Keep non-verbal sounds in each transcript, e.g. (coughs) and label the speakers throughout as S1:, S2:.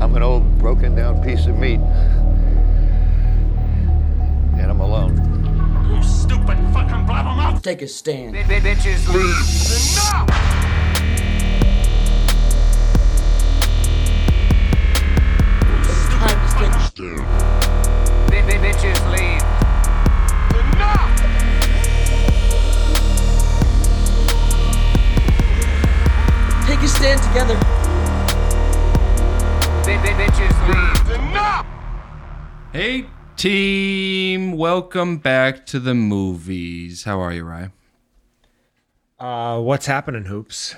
S1: I'm an old broken down piece of meat. And I'm alone.
S2: You stupid fucking blabbermouth!
S3: Take a stand.
S2: Enough! Enough!
S3: Take a stand together.
S2: Enough!
S4: Hey, team. Welcome back to the movies. How are you, Rye?
S5: Uh, what's happening, hoops?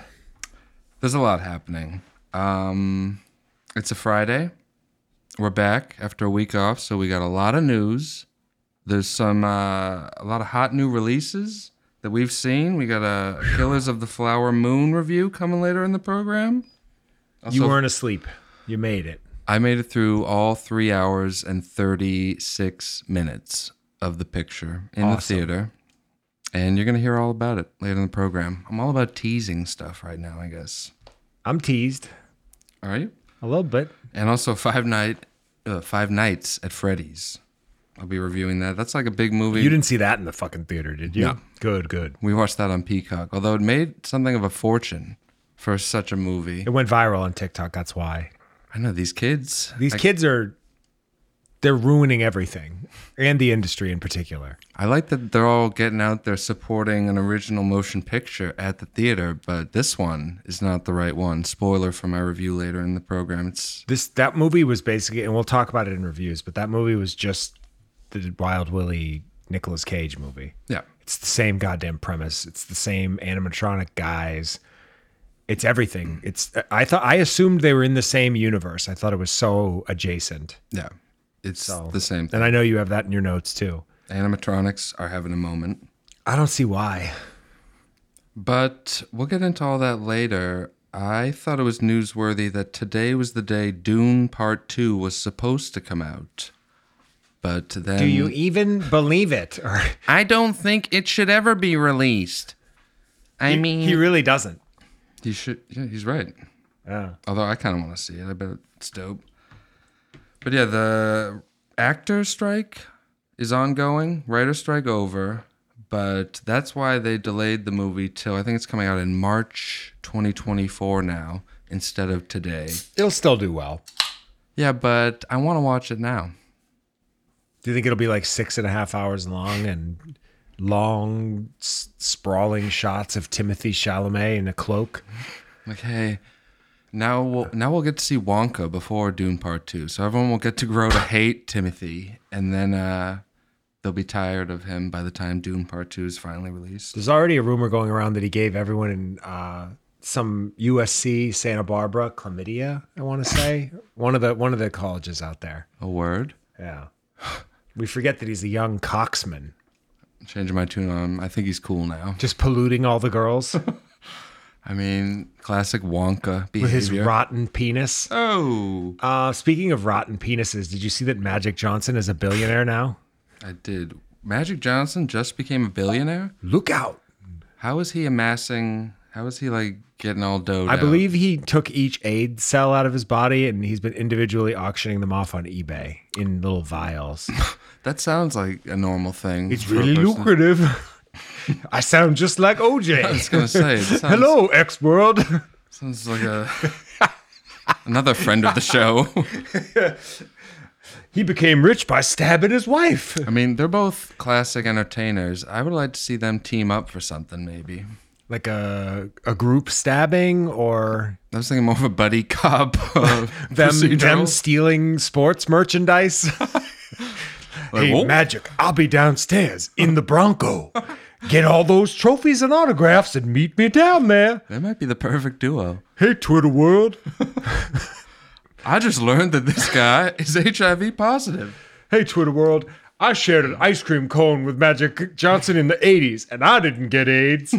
S4: There's a lot happening. Um, it's a Friday. We're back after a week off, so we got a lot of news. There's some uh, a lot of hot new releases that we've seen. We got a Killers of the Flower Moon review coming later in the program.
S5: you
S4: Also-
S5: weren't asleep. You made it.
S4: I made it through all three hours and 36 minutes of the picture in
S5: Awesome.
S4: the theater. And you're going to hear all about it later in the program. I'm all about teasing stuff right now, I guess.
S5: I'm teased
S4: Are you?
S5: a little bit.
S4: And also Five Night, uh, Five Nights at Freddy's. I'll be reviewing that. That's like a big movie.
S5: You didn't see that in the fucking theater, did you?
S4: No.
S5: Good, good.
S4: We watched that on Peacock, although it made something of a fortune for such a movie.
S5: It went viral on TikTok. That's why
S4: I know these kids.
S5: these
S4: I-
S5: kids are they're ruining everything and the industry in particular.
S4: I like that they're all getting out there supporting an original motion picture at the theater, but this one is not the right one. Spoiler for my review later in the program. It's
S5: This that movie was basically, and we'll talk about it in reviews. But that movie was just the Wild Willie Nicolas Cage movie.
S4: yeah,
S5: It's the same goddamn premise. It's the same animatronic guys. It's everything. It's I thought I assumed they were in the same universe. I thought it was so adjacent.
S4: yeah. It's
S5: So
S4: the same thing.
S5: And I know you have that in your notes too.
S4: Animatronics are having a moment.
S5: I don't see why.
S4: But we'll get into all that later. I thought it was newsworthy that today was the day Dune Part 2 was supposed to come out. But then
S5: Do you even believe it? Or
S4: I don't think it should ever be released. I mean
S5: he really doesn't.
S4: He should. Yeah, he's right.
S5: Yeah.
S4: Although I kind of want to see it. I bet it's dope. But yeah, the actor strike is ongoing. Writer strike over. But that's why they delayed the movie till I think it's coming out in March 2024 now instead of today.
S5: It'll still do well.
S4: Yeah, but I want to watch it now.
S5: Do you think it'll be like six and a half hours long and long, s- sprawling shots of Timothy Chalamet in a cloak?
S4: Like, hey, now we'll now we'll get to see Wonka before Dune Part Two, so everyone will get to grow to hate Timothy, and then uh, they'll be tired of him by the time Dune Part Two is finally released.
S5: There's already a rumor going around that he gave everyone in uh, some USC Santa Barbara chlamydia. I (laughs) want to say one of the one of the colleges out there.
S4: A word,
S5: Yeah, we forget that he's a young coxman,
S4: changing my tune on. him. I think he's cool now.
S5: just polluting all the (laughs) girls
S4: I mean, classic Wonka behavior.
S5: with his rotten penis.
S4: oh,
S5: Uh, speaking of rotten penises, did you see that Magic Johnson is a billionaire now?
S4: I did. Magic Johnson just became a billionaire.
S5: Look out!
S4: How is he amassing? How is he like getting all dough?
S5: I believe he took each aid cell out of his body and he's been individually auctioning them off on eBay in little vials.
S4: that sounds like a normal thing.
S5: It's
S4: for a
S5: really
S4: person.
S5: lucrative. (laughs) I sound just like
S4: (laughs)
S5: OJ.
S4: I was gonna say.
S5: (laughs)
S4: It sounds,
S5: Hello, X World.
S4: Sounds like a another friend of the show.
S5: (laughs) he became rich by stabbing his wife.
S4: (laughs) I mean, they're both classic entertainers. I would like to see them team up for something, maybe.
S5: Like a a group stabbing or
S4: I was thinking more of a buddy cop. (laughs) uh,
S5: them
S4: procedural.
S5: them stealing
S4: (laughs)
S5: sports merchandise.
S4: Like,
S5: hey,
S4: whoa.
S5: Magic, I'll be downstairs in the Bronco. Get all those trophies and autographs and meet me down there.
S4: That might be the perfect duo.
S5: Hey, Twitter world.
S4: I just learned that this guy is HIV positive.
S5: Hey, Twitter world. I shared an ice cream cone with Magic Johnson in the 80s and I didn't get AIDS.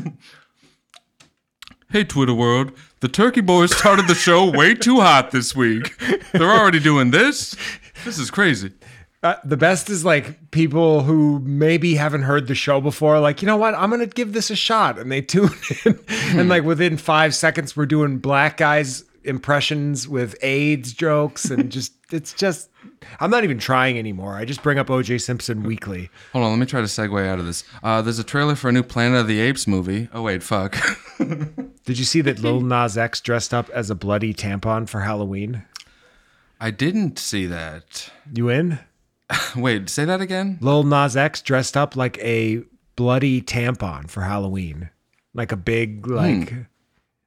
S4: Hey, Twitter world. The Turkey Boys started the show way too hot this week. They're already doing this. This is crazy.
S5: Uh, the best is like people who maybe haven't heard the show before, like, you know what, I'm (laughs) gonna give this a shot. And they tune in. and like within five seconds, we're doing black guys impressions with AIDS jokes and just it's just I'm not even trying anymore. I just bring up OJ Simpson weekly.
S4: Hold on, let me try to segue out of this. Uh, there's a trailer for a new Planet of the Apes movie. Oh wait, fuck. (laughs)
S5: Did you see that Lil Nas X dressed up as a bloody tampon for Halloween?
S4: I didn't see that.
S5: You in?
S4: Wait, say that again.
S5: Lil Nas X dressed up like a bloody tampon for Halloween. Like a big like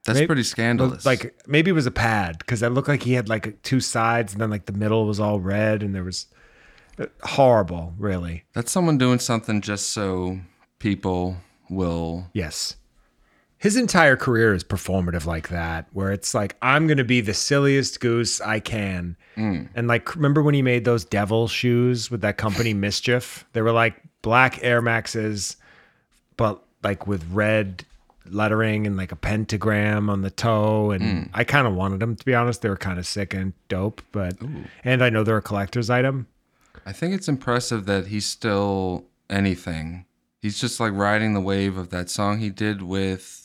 S4: That's
S5: Maybe-
S4: pretty
S5: Well,
S4: scandalous.
S5: Like maybe it was a pad because it looked like he had like two sides and then like the middle was all red and there was uh, horrible, really.
S4: that's someone doing something just so people will.
S5: Yes. His entire career is performative like that, where it's like, I'm going to be the silliest goose I can.
S4: Mm.
S5: And like, remember when he made those devil shoes with that
S4: (laughs)
S5: company Mischief? They were like black Air Maxes, but like with red lettering and like a pentagram on the toe. And
S4: Mm.
S5: I kind of wanted them, to be honest. They were kind of sick and dope, but, and I know they're a collector's item.
S4: I think it's impressive that he's still anything. He's just like riding the wave of that song he did with.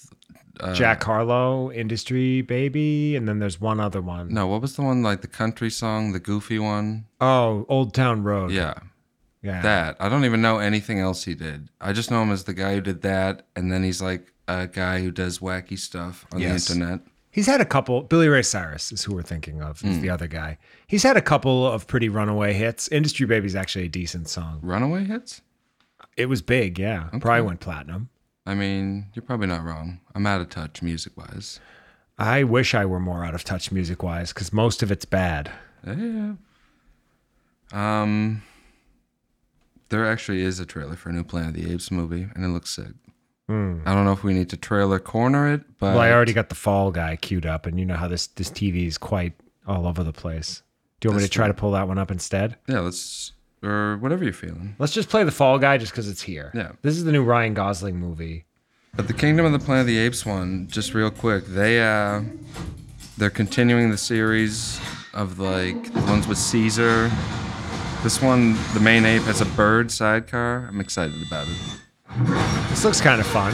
S4: Uh.
S5: Jack Harlow, Industry Baby. And then there's one other one.
S4: No, what was the one like the country song, the goofy one?
S5: Oh, Old Town Road.
S4: Yeah,
S5: Yeah.
S4: that. I don't even know anything else he did. I just know him as the guy who did that, and then he's like a guy who does wacky stuff on
S5: Yes.
S4: the internet.
S5: He's had a couple. Billy Ray Cyrus is who we're thinking of. Is the other guy. He's had a couple of pretty runaway hits. Industry Baby's actually a decent song.
S4: Runaway hits?
S5: It was big, yeah. Probably went platinum.
S4: I mean, you're probably not wrong. I'm out of touch music wise.
S5: I wish I were more out of touch music wise because most of it's bad.
S4: Yeah. Um, there actually is a trailer for a new Planet of the Apes movie, and it looks sick. I don't know if we need to trailer corner it, but
S5: Hmm. Well, I already got the Fall Guy queued up, and you know how this this TV is quite all over the place. Do you want me to try to pull that one up instead?
S4: yeah, let's or whatever you're feeling.
S5: Let's just play the Fall Guy just because it's here.
S4: Yeah.
S5: This is the new Ryan Gosling movie.
S4: But the Kingdom of the Planet of the Apes one, just real quick, they uh, they're continuing the series of like the ones with Caesar. This one, the main ape has a bird sidecar. I'm excited about it.
S5: This looks kind of fun.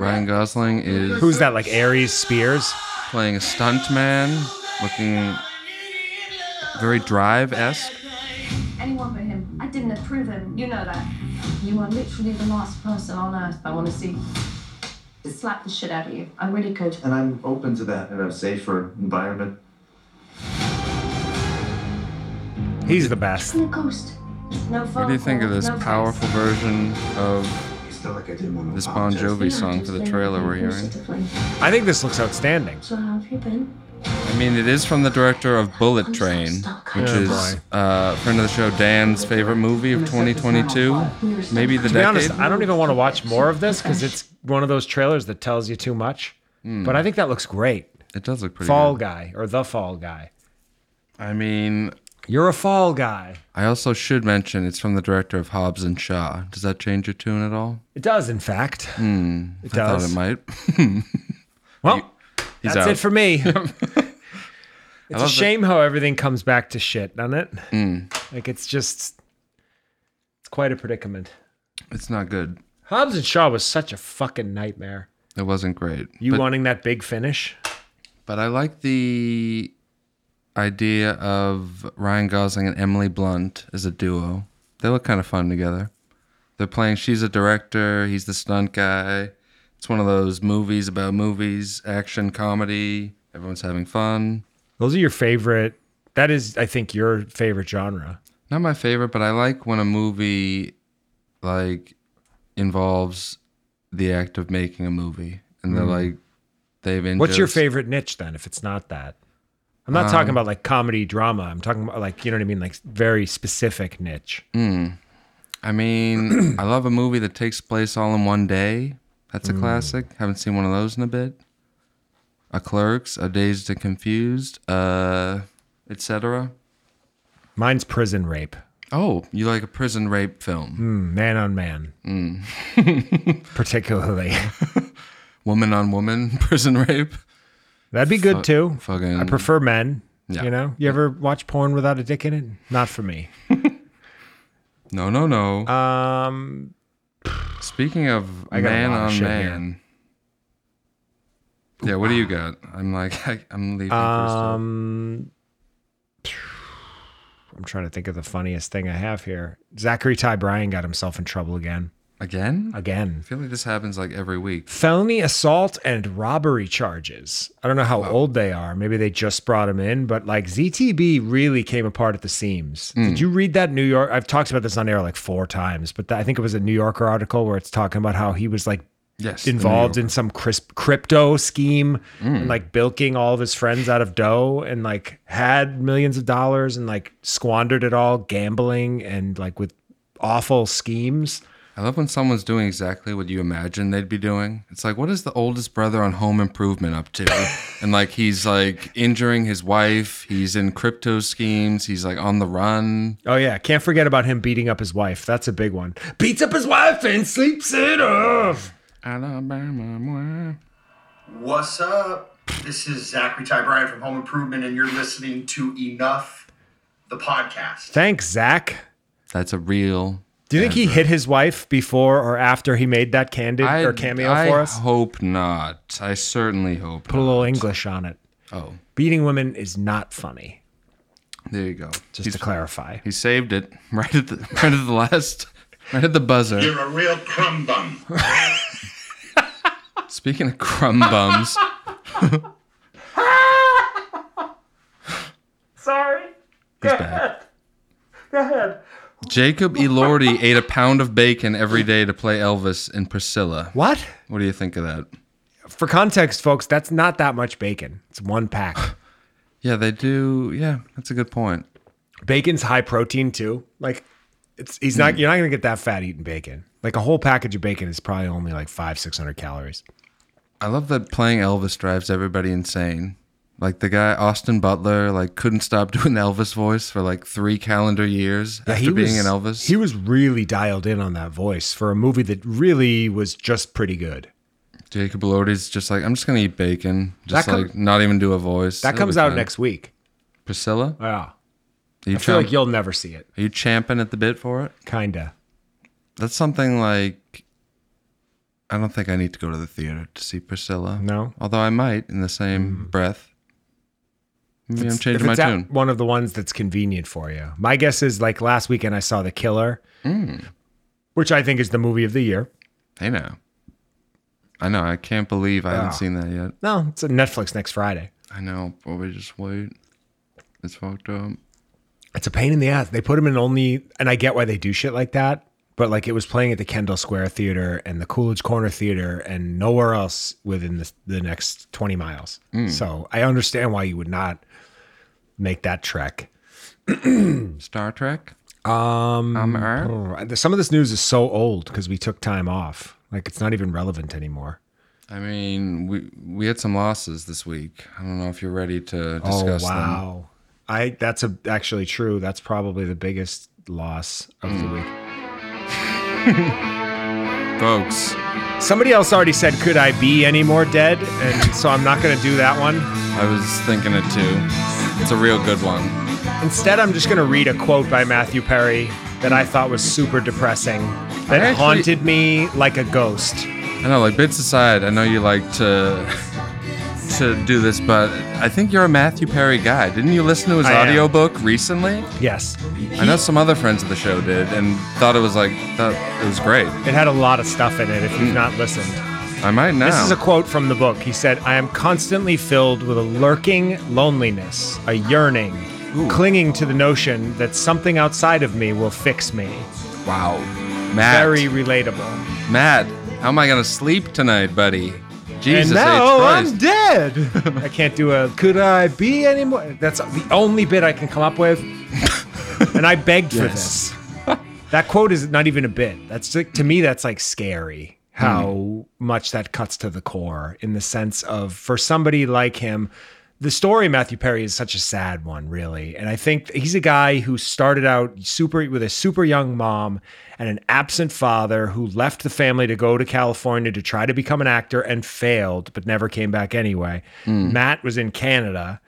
S4: Ryan Gosling is
S5: Who's that? Like Aries Spears?
S4: playing a stuntman, looking very drive esque.
S6: Anyone but him. I didn't approve him. You know that.
S7: You are literally the last person on earth I want to see. Just slap the shit out of you. I really could.
S8: and I'm open to that in a safer environment.
S5: He's the best.
S7: I'm a ghost. No
S4: What do you think of this powerful version of
S8: It's not like I didn't want to
S4: this Bon Jovi song for the trailer we're hearing?
S5: I think this looks outstanding.
S7: So how have you been?
S4: I mean, it is from the director of Bullet Train, which
S5: Yeah,
S4: is uh, friend of the show Dan's favorite movie of 2022, maybe the
S5: To be honest,
S4: decade.
S5: I don't even want to watch more of this because it's one of those trailers that tells you too much. But I think that looks great.
S4: It does look Hmm. pretty.
S5: Fall
S4: good.
S5: guy or the fall guy.
S4: I mean,
S5: You're a fall guy.
S4: I also should mention it's from the director of Hobbs and Shaw. Does that change your tune at all?
S5: It does, in fact. it
S4: Hmm. I thought
S5: does.
S4: it might. (laughs)
S5: well,
S4: He's
S5: that's
S4: out.
S5: it
S4: (laughs)
S5: for me. it's a
S4: that-
S5: shame how everything comes back to shit, doesn't it?
S4: Hmm.
S5: Like it's just, it's quite a predicament.
S4: it's not good.
S5: Hobbs and Shaw was such a fucking nightmare.
S4: It wasn't great.
S5: You
S4: but,
S5: wanting that big finish?
S4: But I like the idea of Ryan Gosling and Emily Blunt as a duo. They look kind of fun together. They're playing, she's a director, he's the stunt guy. It's one of those movies about movies, action, comedy. Everyone's having fun.
S5: Those are your favorite. That is, I think, your favorite genre.
S4: Not my favorite, but I like when a movie like involves the act of making a movie and they're like they've in
S5: Mm-hmm. What's your
S4: jokes.
S5: favorite niche then? If it's not that, I'm not
S4: Um,
S5: talking about like comedy drama. I'm talking about like you know what I mean, like very specific niche.
S4: I
S5: (clears throat)
S4: mean, I love a movie that takes place all in one day. That's a
S5: Mm.
S4: classic. Haven't seen one of those in a bit. A Clerks, A Dazed and Confused, uh, etc.
S5: Mine's prison rape,
S4: Oh, you like a prison rape film?
S5: Mm, man on man,
S4: Mm. (laughs)
S5: particularly. (laughs)
S4: Woman on woman (laughs) prison rape?
S5: That'd be good too.
S4: fucking-
S5: I prefer men.
S4: Yeah.
S5: You know, you ever watch porn without a dick in it? Not for me.
S4: No, no, no.
S5: Um,
S4: Speaking of
S5: I got a
S4: man
S5: lot of
S4: on
S5: shit
S4: man, Yeah, what do you got? I'm like, (laughs) I, I'm leaving. first up.
S5: Um, I'm trying to think of the funniest thing I have here. Zachary Ty Bryan got himself in trouble again.
S4: Again? I
S5: Again.
S4: feel like this happens like every week.
S5: Felony assault and robbery charges. I don't know how old they are. Maybe they just brought him in, but like ZTB really came apart at the seams.
S4: Hmm.
S5: Did you read that New York? I've talked about this on air like four times, but that, I think it was a New Yorker article where it's talking about how he was like
S4: Yes. the New Hmm.
S5: involved
S4: York-
S5: in some crisp crypto scheme and like bilking all of his friends out of dough and like had millions of dollars and like squandered it all gambling and like with awful schemes.
S4: I love when someone's doing exactly what you imagine they'd be doing. It's like, what is the oldest brother on Home Improvement up
S5: (laughs)
S4: to? and like, he's like injuring his wife. He's in crypto schemes. He's like on the run.
S5: Oh yeah, can't forget about him beating up his wife. That's a big one. Beats up his wife and sleeps it off.
S4: Alabama.
S9: What's up? This is Zachary Ty Bryan from Home Improvement, and you're listening to Enough, the podcast.
S5: Thanks, Zach.
S4: That's a real.
S5: Do you think he hit his wife before or after he made that candid
S4: I,
S5: or cameo
S4: I
S5: for us?
S4: hope not. I certainly hope.
S5: Put a
S4: not.
S5: little English on it.
S4: Oh,
S5: Beating women is not funny.
S4: there you go.
S5: Just
S4: He's-
S5: to clarify.
S4: He saved it (laughs) right at the right at the last right at the buzzer.
S9: You're a real crumb bum.
S4: Speaking of
S5: (laughs)
S4: crumb bums,
S2: Sorry.
S4: he's back. Go (laughs) ahead. Jacob Elordi ate a pound of bacon every day to play Elvis in Priscilla.
S5: What?
S4: What do you think of that?
S5: For context, folks, that's not that much bacon. It's
S4: (sighs)
S5: one pack.
S4: Yeah, they do. Yeah, that's a good point.
S5: Bacon's high protein too. Like it's he's
S4: Hmm.
S5: not you're not gonna get that fat eating bacon. Like a whole package of bacon is probably only like five, six hundred calories.
S4: I love that playing Elvis drives everybody insane. Like the guy Austin Butler, like couldn't stop (laughs) doing the Elvis voice for like three calendar years after
S5: he
S4: being an
S5: was,
S4: Elvis.
S5: He was really dialed in on that voice for a movie that really was just pretty good.
S4: Jacob Elordi's just like, I'm just gonna eat bacon, just
S5: That com-
S4: like not even do a voice.
S5: That
S4: It'll
S5: comes
S4: be
S5: out
S4: fine.
S5: next week.
S4: Priscilla.
S5: Yeah.
S4: Are you,
S5: I feel
S4: champ-
S5: like you'll never see it.
S4: are you champing at the bit for it?
S5: Kinda.
S4: That's something like I don't think I need to go to the theater to see Priscilla.
S5: No?
S4: Although I might in the same breath. Maybe I'm
S5: If
S4: changing my
S5: Hmm. it's at
S4: tune.
S5: One of the ones that's convenient for you. My guess is like last weekend I saw The Killer,
S4: Mm.
S5: which I think is the movie of the year.
S4: Hey now. I know, I can't believe I
S5: Ah.
S4: haven't seen that yet.
S5: No, it's on Netflix next Friday.
S4: I know, but we just wait. It's fucked up.
S5: It's a pain in the ass. They put him in only, and I get why they do shit like that. But like it was playing at the Kendall Square Theater and the Coolidge Corner Theater and nowhere else within the, the next 20 miles.
S4: Hmm.
S5: So I understand why you would not make that trek.
S4: Star Trek? Um, Earth?
S5: Oh, Some of this news is so old because we took time off. Like it's not even relevant anymore.
S4: I mean, we we had some losses this week. I don't know if you're ready to discuss
S5: oh
S4: them.
S5: wow! I that's a, actually true. That's probably the biggest loss of
S4: Hmm.
S5: the week.
S4: Folks,
S5: Somebody else already said, "Could I be any more dead?" And so I'm not going to do that one.
S4: I was thinking it too. It's a real good one.
S5: Instead, I'm just going to read a quote by Matthew Perry that I thought was super depressing, that
S4: actually-
S5: haunted me like a ghost.
S4: I know, like bits aside, I know you like to (laughs) to do this, but I think you're a Matthew Perry guy. Didn't you listen to his
S5: I am.
S4: audiobook recently?
S5: Yes,
S4: I know some other friends of the show did and thought it was like thought it was great.
S5: it had a lot of stuff in it. If you've not listened,
S4: I might now.
S5: This is a quote from the book. He said, I am constantly filled with a lurking loneliness, a yearning, clinging to the notion that something outside of me will fix me.
S4: wow. Matt.
S5: Very relatable.
S4: Matt, how am I gonna sleep tonight, buddy? Jesus
S5: and now
S4: H.
S5: I'm
S4: Christ.
S5: dead. (laughs) I can't do a could I be anymore? That's the only bit I can come up (laughs) with. and I begged for
S4: Yes.
S5: this. That quote is not even a bit. That's like, to me, that's like scary how much that cuts to the core in the sense of for somebody like him. The story of Matthew Perry is such a sad one, really. And I think he's a guy who started out super with a super young mom and an absent father who left the family to go to California to try to become an actor and failed, but never came back anyway. Matt was in Canada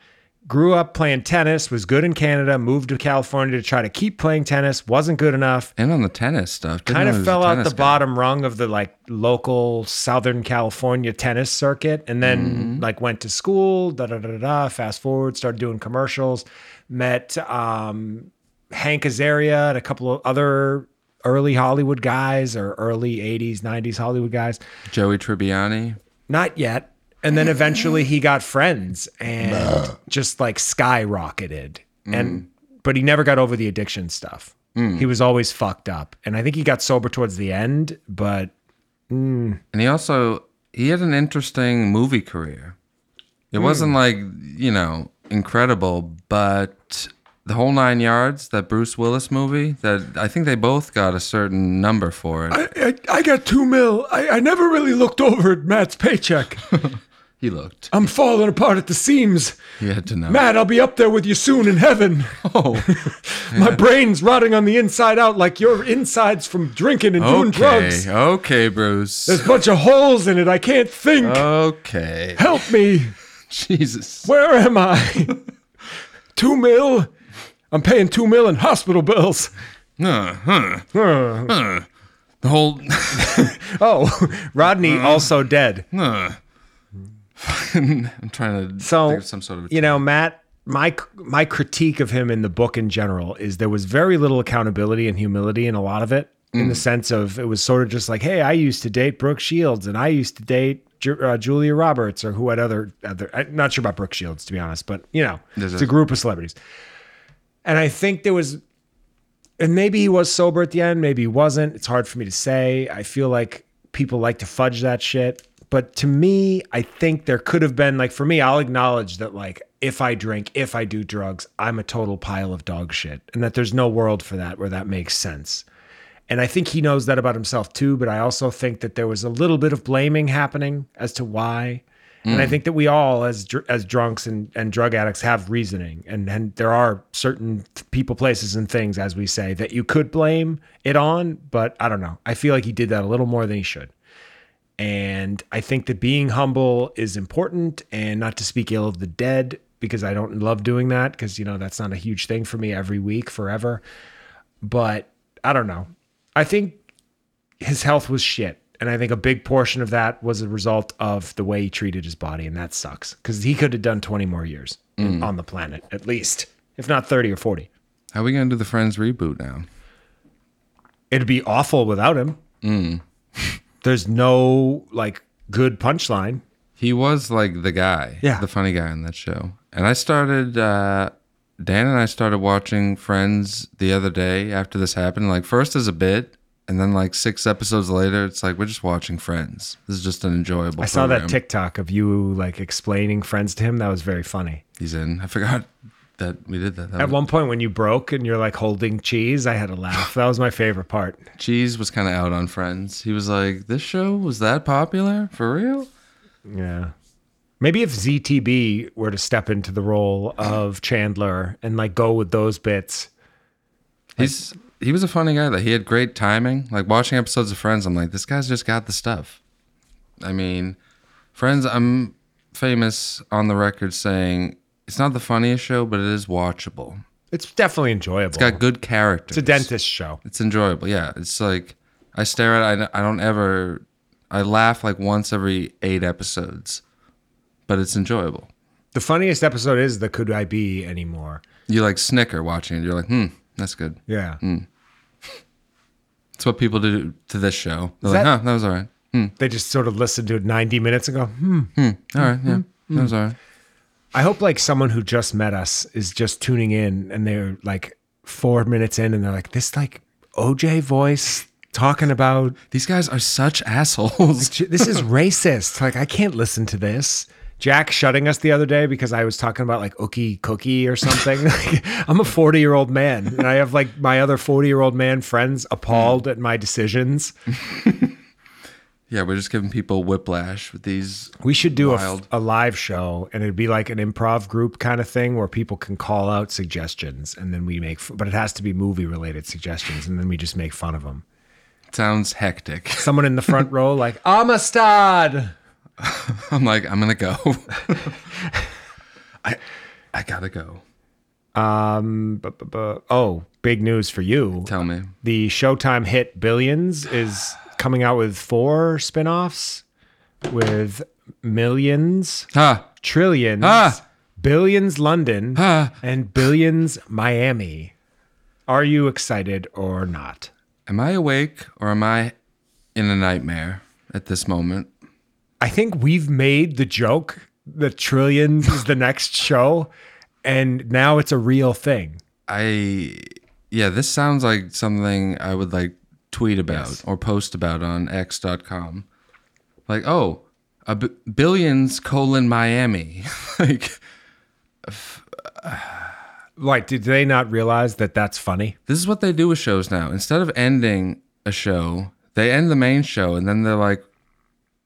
S5: Grew up playing tennis, was good in Canada, moved to California to try to keep playing tennis, wasn't good enough,
S4: And on the tennis stuff, didn't
S5: kind
S4: know he
S5: of
S4: was a
S5: fell out
S4: tennis
S5: the
S4: guy.
S5: bottom rung of the like local Southern California tennis circuit, and then
S4: Mm-hmm.
S5: like went to school. Da da da da. da fast forward, started doing commercials. Met um, Hank Azaria and a couple of other early Hollywood guys or early '80s, '90s Hollywood guys.
S4: Joey Tribbiani.
S5: Not yet. And then eventually he got friends and just like skyrocketed. And but he never got over the addiction stuff. He was always fucked up. And I think he got sober towards the end, but
S4: And he also he had an interesting movie career. It
S5: Hmm.
S4: wasn't like, you know, incredible, but the whole nine yards, that Bruce Willis movie, that I think they both got a certain number for it.
S5: I, I got two mil. I, I never really looked over at Matt's (laughs) paycheck.
S4: he looked.
S5: I'm falling apart at the seams.
S4: He had to know.
S5: Matt, I'll be up there with you soon in heaven.
S4: Oh,
S5: (laughs) My brain's rotting on the inside out like your insides from drinking and doing drugs.
S4: okay, okay, Bruce.
S5: There's a bunch of holes in it. I can't think.
S4: Okay,
S5: Help me.
S4: Jesus.
S5: Where am I? (laughs) two mil. I'm paying two mil in hospital bills.
S4: (laughs) Uh, huh. Uh, the whole.
S5: Oh, Rodney
S4: Uh-huh.
S5: also dead.
S4: uh. (laughs) I'm trying to
S5: So
S4: think of some sort of.
S5: you know, Matt. My my critique of him in the book in general is there was very little accountability and humility in a lot of it, in
S4: Mm.
S5: the sense of it was sort of just like, hey, I used to date Brooke Shields and I used to date Ju- uh, Julia Roberts or who had other other. I'm not sure about Brooke Shields to be honest, but you know,
S4: There's
S5: it's
S4: a-
S5: a group of celebrities. And I think there was and maybe he was sober at the end, maybe he wasn't. It's hard for me to say. I feel like people like to fudge that shit. But to me, I think there could have been like for me, I'll acknowledge that like if I drink, if I do drugs, I'm a total pile of dog shit. And that there's no world for that where that makes sense. And I think he knows that about himself too, but I also think that there was a little bit of blaming happening as to why. And I think that we all, as dr- as drunks and, and drug addicts, have reasoning, and and there are certain th- people, places, and things, as we say, that you could blame it on. But I don't know. I feel like he did that a little more than he should. And I think that being humble is important, and not to speak ill of the dead, because I don't love doing that, because you know that's not a huge thing for me every week, forever. But I don't know. I think his health was shit. And I think a big portion of that was a result of the way he treated his body. And that sucks because he could have done 20 more years
S4: Mm.
S5: in- on the planet, at least, if not 30 or 40.
S4: How are we gonna do the Friends reboot now?
S5: It'd be awful without him.
S4: Mm.
S5: (laughs) There's no like good punchline.
S4: He was like the guy,
S5: Yeah.
S4: the funny guy on that show. And I started, uh, Dan and I started watching Friends the other day after this happened. Like first as a bit, and then like six episodes later, it's like we're just watching Friends. This is just an enjoyable.
S5: I saw that
S4: program
S5: TikTok of you like explaining friends to him. That was very funny.
S4: He's in. I forgot that we did that. that
S5: At
S4: was,
S5: one point, when you broke and you're like holding cheese, I had a laugh. That was my favorite part.
S4: Cheese was kind of out on Friends. He was like, "This show was that popular for real?"
S5: Yeah. Maybe if ZTB were to step into the role of Chandler and like go with those bits.
S4: He's he was a funny guy. That he had great timing. Like watching episodes of Friends, I'm like, this guy's just got the stuff. I mean, Friends, I'm famous on the record saying it's not the funniest show, but it is watchable.
S5: It's definitely enjoyable.
S4: It's got good characters.
S5: It's a dentist show.
S4: It's enjoyable. Yeah, it's like I stare at. it, I I don't ever. I laugh like once every eight episodes, but it's enjoyable.
S5: The funniest episode is the Could I Be Anymore?
S4: You like snicker watching it. You're like, hmm, that's good.
S5: Yeah.
S4: Mm. It's what people do to this show. They're
S5: Is
S4: like,
S5: that-
S4: huh, that was all right.
S5: They just sort of listen to it 90 minutes and go, hmm.
S4: All right, yeah,
S5: Mm-hmm.
S4: that was all right.
S5: I hope like someone who just met us is just tuning in and they're like four minutes in and they're like, this like OJ voice talking about
S4: These guys are such assholes. (laughs)
S5: J- this is racist. Like, I can't listen to this. Jack shutting us the other day because I was talking about like ookie cookie or something. (laughs) like, I'm a 40 year old man and I have like my other 40 year old man friends appalled at my decisions.
S4: yeah, we're just giving people whiplash with these.
S5: We should do a, f-
S4: Wild.
S5: a live show and it'd be like an improv group kind of thing where people can call out suggestions and then we make, f- but it has to be movie related suggestions and then we just make fun of them.
S4: Sounds hectic. (laughs)
S5: Someone in the front row, like, Amistad.
S4: I'm like, I'm gonna go. (laughs) I, I gotta go.
S5: Um, bu- bu- bu- oh, big news for you.
S4: Tell me.
S5: The Showtime hit Billions is coming out with four spin-offs with millions,
S4: Ha!
S5: trillions,
S4: Ah.
S5: billions London,
S4: Ah.
S5: and billions Miami. Are you excited or not?
S4: Am I awake or am I in a nightmare at this moment?
S5: I think we've made the joke that trillions is the next show, and now it's a real thing.
S4: I yeah, this sounds like something I would like tweet about or post about on x.com. Like, oh, a b- billions colon Miami. (laughs) like
S5: Like, did they not realize that that's funny?
S4: this is what they do with shows now. Instead of ending a show, they end the main show and then they're like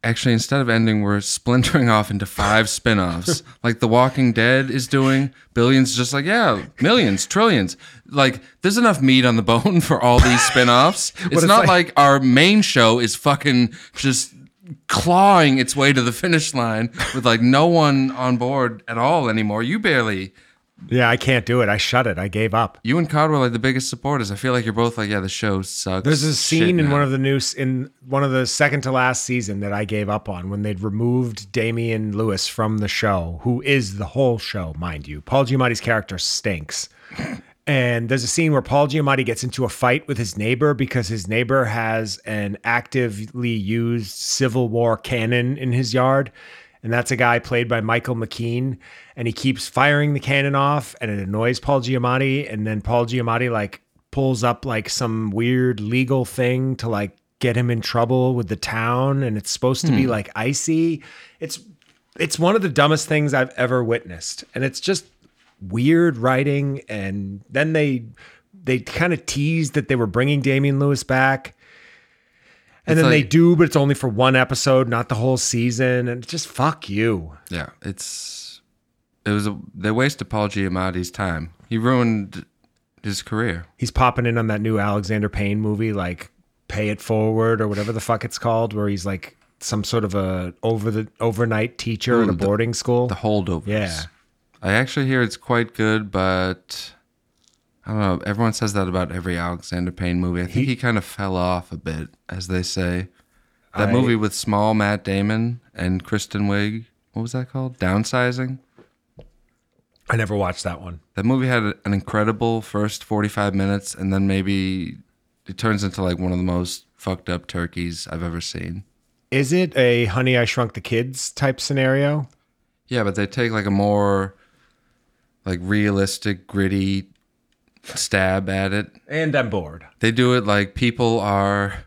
S4: actually instead of ending we're splintering off into five spin-offs like The Walking Dead is doing. Billions is just like, yeah, millions, trillions. Like there's enough meat on the bone for all these spin-offs. it's,
S5: it's
S4: not
S5: like-
S4: like our main show is fucking just clawing its way to the finish line with like no one on board at all anymore. You barely
S5: Yeah, I can't do it. I shut it. I gave up.
S4: you and Codwell are the biggest supporters. I feel like you're both like, yeah, the show sucks.
S5: There's a scene in one
S4: of.
S5: of the news in one of the second to last season that I gave up on when they'd removed Damian Lewis from the show, who is the whole show, mind you. Paul Giamatti's character stinks. And there's a scene where Paul Giamatti gets into a fight with his neighbor because his neighbor has an actively used Civil War cannon in his yard. And that's a guy played by Michael McKean. And he keeps firing the cannon off and it annoys Paul Giamatti. And then Paul Giamatti, like, pulls up like some weird legal thing to like get him in trouble with the town and it's supposed to be like icy it's it's one of the dumbest things i've ever witnessed and it's just weird writing and then they they kind of teased that they were bringing Damian Lewis back and
S4: It's
S5: then they
S4: like-
S5: do but it's only for one episode not the whole season and just fuck you
S4: Yeah, it's it was a, they wasted Paul Giamatti's time. He ruined his career.
S5: he's popping in on that new Alexander Payne movie, like Pay It Forward or whatever the fuck it's called, where he's like some sort of a over the overnight teacher at a
S4: Ooh, Mm, the-
S5: boarding school.
S4: The holdovers.
S5: Yeah.
S4: I actually hear it's quite good, but I don't know. Everyone says that about every Alexander Payne movie. I think he, kind of fell off a bit, as they say. That
S5: I-
S4: movie with small Matt Damon and Kristen Wiig. What was that called? Downsizing.
S5: I never watched that one.
S4: That movie had an incredible first 45 minutes, and then maybe it turns into like one of the most fucked up turkeys I've ever seen.
S5: Is it a Honey I Shrunk the Kids type scenario?
S4: Yeah, but they take like a more like realistic, gritty stab at it.
S5: And I'm bored.
S4: They do it like people are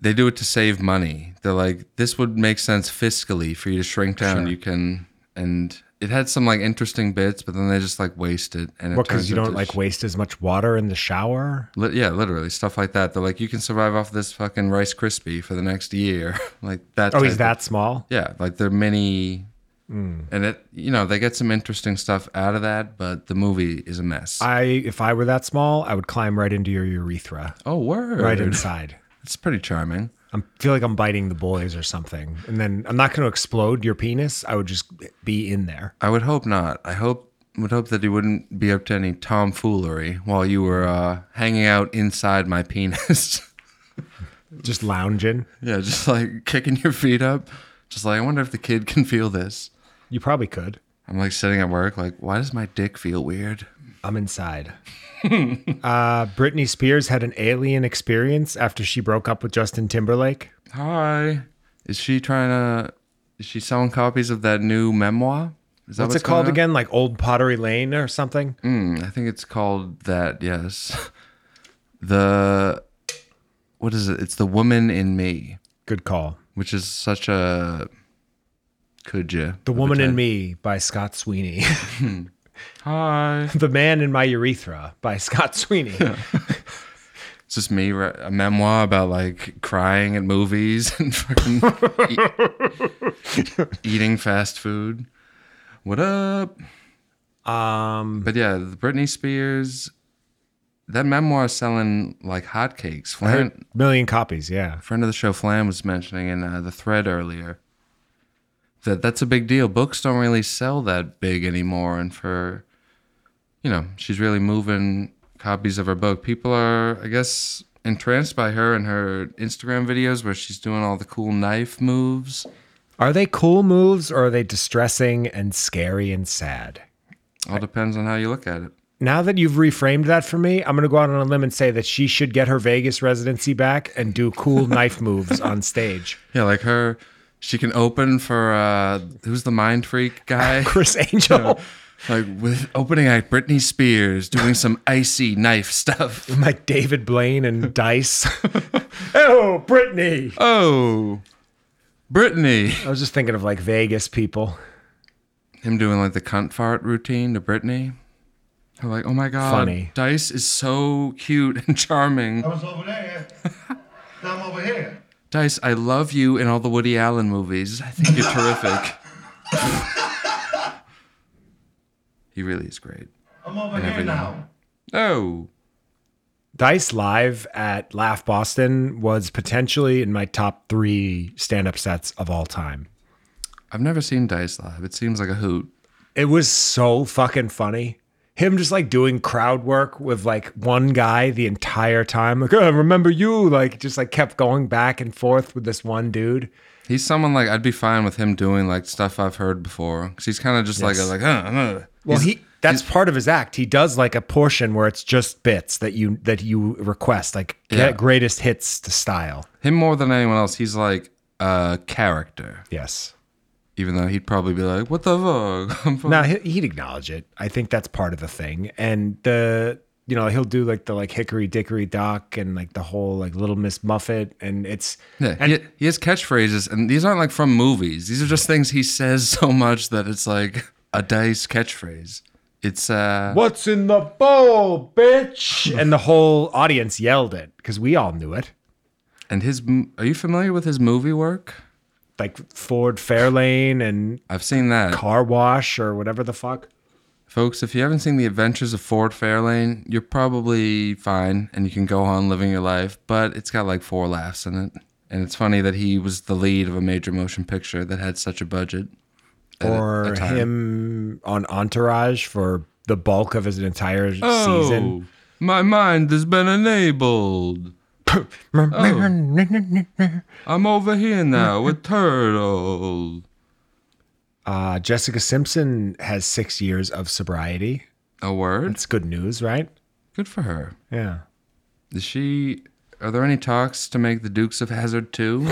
S4: they do it to save money. They're like this would make sense fiscally for you to shrink down. You can and it had some like interesting bits, but then they just like waste it and it
S5: What? Because
S4: turns
S5: you don't
S4: into
S5: like
S4: sh-
S5: waste as much water in the shower.
S4: Li- yeah, literally stuff like that. They're like you can survive off this fucking Rice Krispie for the next year. (laughs) like that
S5: Oh,
S4: type
S5: he's
S4: of-
S5: that Hmm. small.
S4: yeah like they're mini and it you know they get some interesting stuff out of that but the movie is a mess
S5: I, if I were that small, I would climb right into your urethra,
S4: oh word
S5: right inside.
S4: it's pretty charming
S5: I feel like I'm biting the boys or something. And then I'm not going to explode your penis. I would just be in there.
S4: i would hope not i hope would hope that he wouldn't be up to any tomfoolery while you were uh, hanging out inside my (laughs) penis
S5: just lounging.
S4: yeah just like kicking your feet up just like i wonder if the kid can feel this
S5: You probably could.
S4: i'm like sitting at work like why does my dick feel weird
S5: I'm (laughs) inside. uh, Britney Spears had an alien experience after she broke up with Justin Timberlake.
S4: hi is she trying to is she selling copies of that new memoir is that Mm.
S5: What's,
S4: what's
S5: it called
S4: going on?
S5: again? Like Old Pottery Lane or something?
S4: I think it's called that. Yes, the what is it? It's the woman in me,
S5: Good call.
S4: which is such a could you
S5: The Woman in Me by Scott Sweeney. (laughs)
S4: Hi,
S5: the Man in My Urethra by (laughs) Scott Sweeney.
S4: it's just me. ri- A memoir about like crying at movies (laughs) and fucking eat- eating fast food. What up?
S5: um,
S4: But yeah, the Britney Spears. That memoir is selling like hotcakes. Flan,
S5: million copies, yeah.
S4: friend of the show Flam was mentioning in uh, the thread earlier that that's a big deal. Books don't really sell that big anymore, and for you know, she's really moving copies of her book. People are, I guess, entranced by her and her Instagram videos where she's doing all the cool knife moves.
S5: Are they cool moves or are they distressing and scary and sad?
S4: All depends on how you look at it.
S5: Now that you've reframed that for me, I'm going to go out on a limb and say that she should get her Vegas residency back and do cool knife moves on stage.
S4: Yeah, like her, she can open for uh who's the mind freak (laughs) guy?
S5: Chris Angel.
S4: like with opening act Britney Spears doing some icy knife stuff.
S5: like David Blaine and Dice. (laughs) oh, Brittany.
S4: Oh, Britney.
S5: I was just thinking of like Vegas people.
S4: Him doing like the cunt fart routine to Britney. I'm like, oh my god,
S5: Funny.
S4: Dice is so cute and charming.
S9: I was over (laughs) there. now I'm over here.
S4: Dice, I love you in all the Woody Allen movies. I think you're terrific. he really is great.
S9: I'm over
S4: here Everything. now. Oh,
S5: Dice Live at Laugh Boston was potentially in my top three stand up sets of all time.
S4: I've never seen Dice live. It seems like a hoot.
S5: It was so fucking funny. Him just like doing crowd work with like one guy the entire time. Like, oh, remember you? Like, just like kept going back and forth with this one dude.
S4: He's someone like I'd be fine with him doing like stuff I've heard before. Cause he's kind of just like a, like uh, uh.
S5: Well,
S4: He's-
S5: he that's part of his act. He does like a portion where it's just bits that you that you request, like
S4: Yeah.
S5: greatest hits to style.
S4: him more than anyone else. He's like a character,
S5: Yes.
S4: even though he'd probably be like, "What the fuck?" (laughs) I'm from-
S5: Now he- he'd acknowledge it. I think that's part of the thing. And the you know he'll do like the like Hickory Dickory Dock and like the whole like Little Miss Muffet, and it's
S4: Yeah,
S5: and
S4: he, he has catchphrases, and these aren't like from movies. These are just things he says (laughs) so much that it's like a dice catchphrase. It's uh,
S5: what's in the bowl, bitch? and the whole audience yelled it because we all knew it.
S4: and his. m- Are you familiar with his movie work?
S5: Like Ford Fairlane and
S4: I've seen that,
S5: Car Wash or whatever the fuck.
S4: folks. If you haven't seen The Adventures of Ford Fairlane, you're probably fine, and you can go on living your life. But it's got like four laughs in it, and it's funny that he was the lead of a major motion picture that had such a budget. at a-
S5: or
S4: a time.
S5: him on Entourage for the bulk of his entire
S4: Oh.
S5: season.
S4: my mind has been enabled. I'm over here
S5: (laughs)
S4: now with Turtle.
S5: Uh, Jessica Simpson has six years of sobriety.
S4: A word?
S5: That's good news, right?
S4: Good for her.
S5: Yeah.
S4: Is she? Are there any talks to make the Dukes of Hazard two?
S5: (laughs)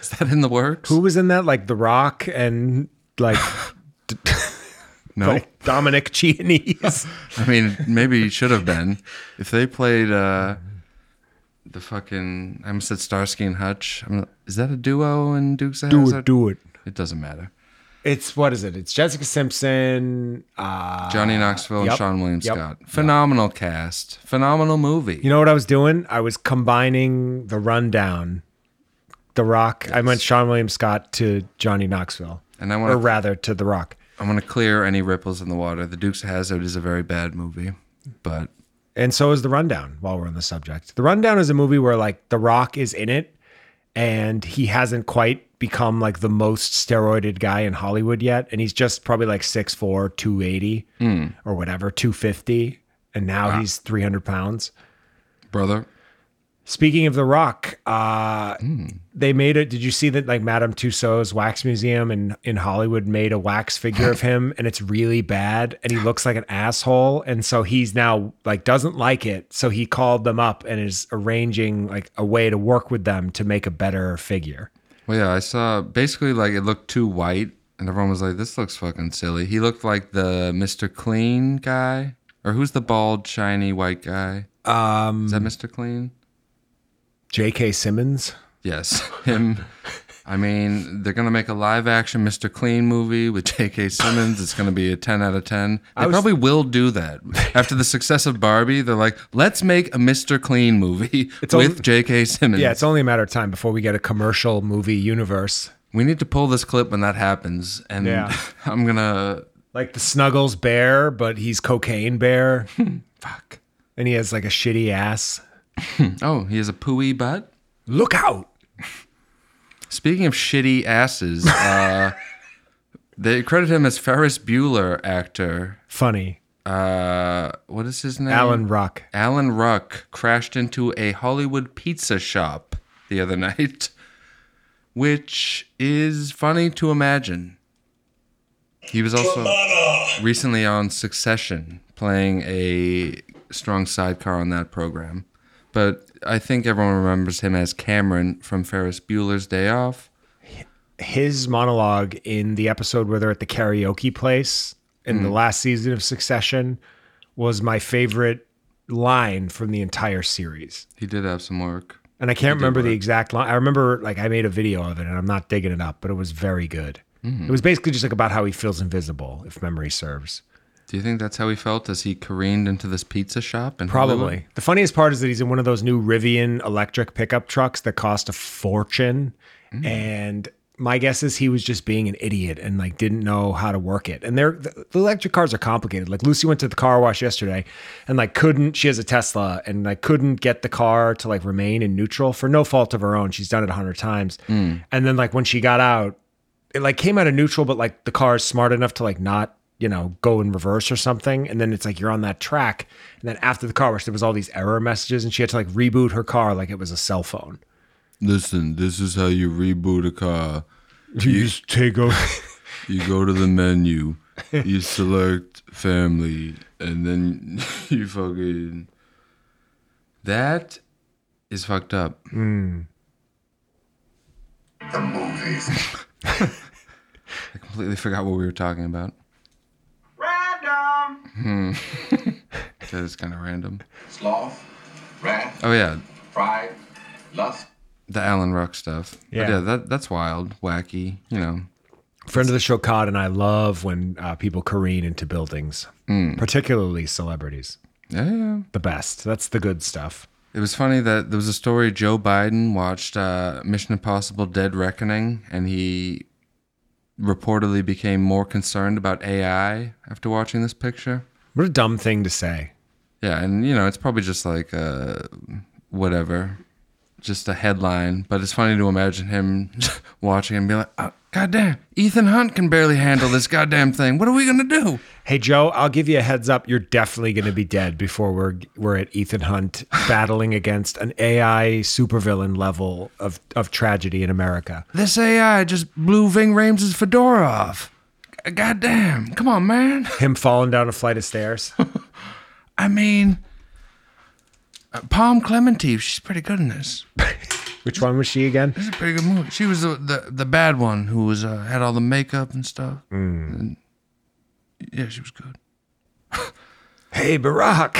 S4: Is that in the works?
S5: Who was in that? Like The Rock and like,
S4: (laughs) No.
S5: like
S4: (laughs)
S5: Dominic Chianese.
S4: I mean, maybe it should have been. If they played uh, the fucking, I almost said Starsky and Hutch. I'm not, is that a duo in Dukes of
S5: do it,
S4: Hazard?
S5: do it.
S4: It doesn't matter.
S5: It's what is it? It's Jessica Simpson. Uh,
S4: Johnny Knoxville and
S5: yep,
S4: Sean William
S5: yep,
S4: Scott. Phenomenal cast. Phenomenal movie.
S5: You know what I was doing? I was combining the rundown, The Rock. I went Sean William Scott to Johnny Knoxville,
S4: and I
S5: or
S4: want to
S5: rather to The Rock.
S4: I want to clear any ripples in the water. The Dukes of Hazard is a very bad movie, but
S5: and so is the rundown while we're on the subject the rundown is a movie where like the rock is in it and he hasn't quite become like the most steroided guy in hollywood yet and he's just probably like 6'4 280 or whatever 250 and now he's 300 pounds
S4: brother,
S5: speaking of the rock uh they made it did you see that like madame tussauds wax museum in in hollywood made a wax figure of him and it's really bad and he looks like an asshole and so he's now like doesn't like it so he called them up and is arranging like a way to work with them to make a better figure
S4: Well, yeah, I saw basically like it looked too white, and everyone was like, "This looks fucking silly." He looked like the Mister Clean guy, or who's the bald, shiny white guy? Um, is that Mister Clean?
S5: jk simmons
S4: Yes, (laughs) him. I mean, they're gonna make a live-action Mister Clean movie with J.K. Simmons. It's gonna be a ten out of ten. They
S5: was-
S4: probably will do that after the success of Barbie. They're like, let's make a Mister Clean movie
S5: It's
S4: with
S5: only-
S4: J.K. Simmons.
S5: yeah it's only a matter of time before we get a commercial movie universe
S4: we need to pull this clip when that happens, and
S5: Yeah.
S4: (laughs) I'm gonna
S5: like the snuggles bear but he's cocaine bear
S4: fuck.
S5: and he has like a shitty ass
S4: Oh, he has a pooey butt.
S5: look out
S4: Speaking of shitty asses, uh, They credit him as Ferris Bueller actor.
S5: Funny.
S4: Uh, what is his name?
S5: Alan Rock.
S4: Alan Ruck crashed into a Hollywood pizza shop the other (laughs) night, which is funny to imagine. He was also recently on Succession, playing a strong sidecar on that program. But I think everyone remembers him as Cameron from Ferris Bueller's Day Off.
S5: His monologue in the episode where they're at the karaoke place in the last season of Succession was my favorite line from the entire series.
S4: He did have some work.
S5: And I can't remember the exact line. I remember like I made a video of it and I'm not digging it up, but it was very good. It was basically just like about how he feels invisible, if memory serves.
S4: Do you think that's how he felt as he careened into this pizza shop? In Hollywood?
S5: Probably. The funniest part is that he's in one of those new Rivian electric pickup trucks that cost a fortune. And my guess is he was just being an idiot and like didn't know how to work it. And they're the the electric cars are complicated. Like Lucy went to the car wash yesterday and like couldn't she has a Tesla and like couldn't get the car to like remain in neutral for no fault of her own. She's done it a hundred times. And then like when she got out, it like came out of neutral, but like the car is smart enough to like not, you know, go in reverse or something. And then it's like you're on that track. And then after the car wash, there was all these error messages and she had to like reboot her car like it was a cell phone.
S4: Listen, this is how you reboot a car.
S5: You just take over.
S4: You go to the menu, you select family, and then (laughs) you fucking. That is fucked up.
S9: The movies.
S4: I completely forgot what we were talking about.
S9: Random.
S4: That is kind of random.
S10: sloth, wrath,
S4: Oh, yeah.
S10: pride, lust.
S4: The Alan Ruck stuff. But
S5: Yeah.
S4: yeah that, that's wild, wacky, you know.
S5: (laughs) Friend of the show, Cod, and I love when uh, people careen into buildings, particularly celebrities.
S4: Yeah, yeah.
S5: The best. That's the good stuff.
S4: It was funny that there was a story Joe Biden watched uh, Mission Impossible Dead Reckoning and he reportedly became more concerned about AI after watching this picture.
S5: What a dumb thing to say.
S4: Yeah, and you know, it's probably just like uh whatever. Just a headline, but it's funny to imagine him (laughs) watching and be like, oh, "Goddamn, Ethan Hunt can barely handle this goddamn thing. What are we gonna do?"
S5: Hey Joe, I'll give you a heads up. You're definitely going to be dead before we're we're at Ethan Hunt battling against an AI supervillain level of of tragedy in America.
S4: This AI just blew Ving Rhames' fedora off. G- Goddamn, come on, man. (laughs)
S5: Him falling down a flight of stairs.
S4: I mean, uh, Palm Clemente, she's pretty good in this.
S5: Which one was she again?
S4: It's a pretty good movie. She was the the, the bad one who was uh, had all the makeup and stuff. And- yeah, she was good.
S5: Hey Barack,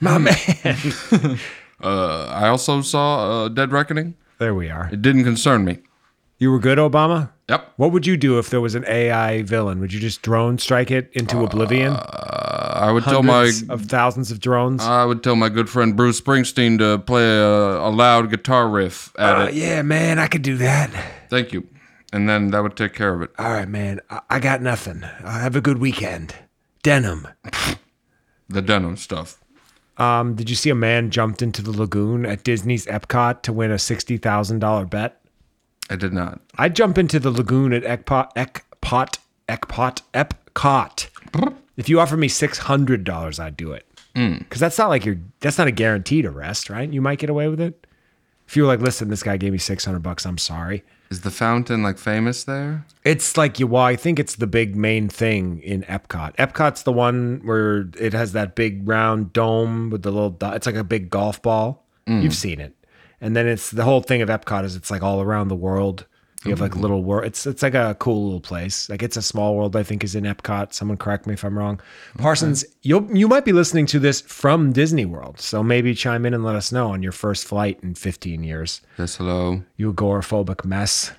S5: my man.
S4: I also saw uh, Dead Reckoning.
S5: There we are.
S4: It didn't concern me.
S5: You were good, Obama.
S4: Yep.
S5: What would you do if there was an AI villain? Would you just drone strike it into oblivion?
S4: I would tell my
S5: Hundreds of thousands of drones.
S4: I would tell my good friend Bruce Springsteen to play a, a loud guitar riff at
S5: Uh,
S4: it.
S5: yeah, man, I could do that.
S4: Thank you. And then that would take care of it.
S5: All right, man. I, I got nothing. Uh, have a good weekend. Denim.
S4: The denim stuff.
S5: Um, did you see a man jumped into the lagoon at Disney's Epcot to win a sixty thousand dollar bet?
S4: I did not.
S5: I jump into the lagoon at Epcot, Epcot, Epcot, Epcot. If you offer me six hundred dollars, I'd do it. Because that's not like you're. That's not a guaranteed arrest, right? You might get away with it. If you were like, listen, this guy gave me six hundred bucks. I'm sorry.
S4: Is the fountain like famous there?
S5: It's like you. Well, I think it's the big main thing in Epcot. Epcot's the one where it has that big round dome with the little. do- It's like a big golf ball. You've seen it, and then it's the whole thing of Epcot is it's like all around the world. You have like a little world. It's it's like a cool little place. Like it's a small world. I think is in Epcot. Someone correct me if I'm wrong. Parsons, you you might be listening to this from Disney World, so maybe chime in and let us know on your first flight in 15 years
S4: Yes, hello.
S5: you agoraphobic mess.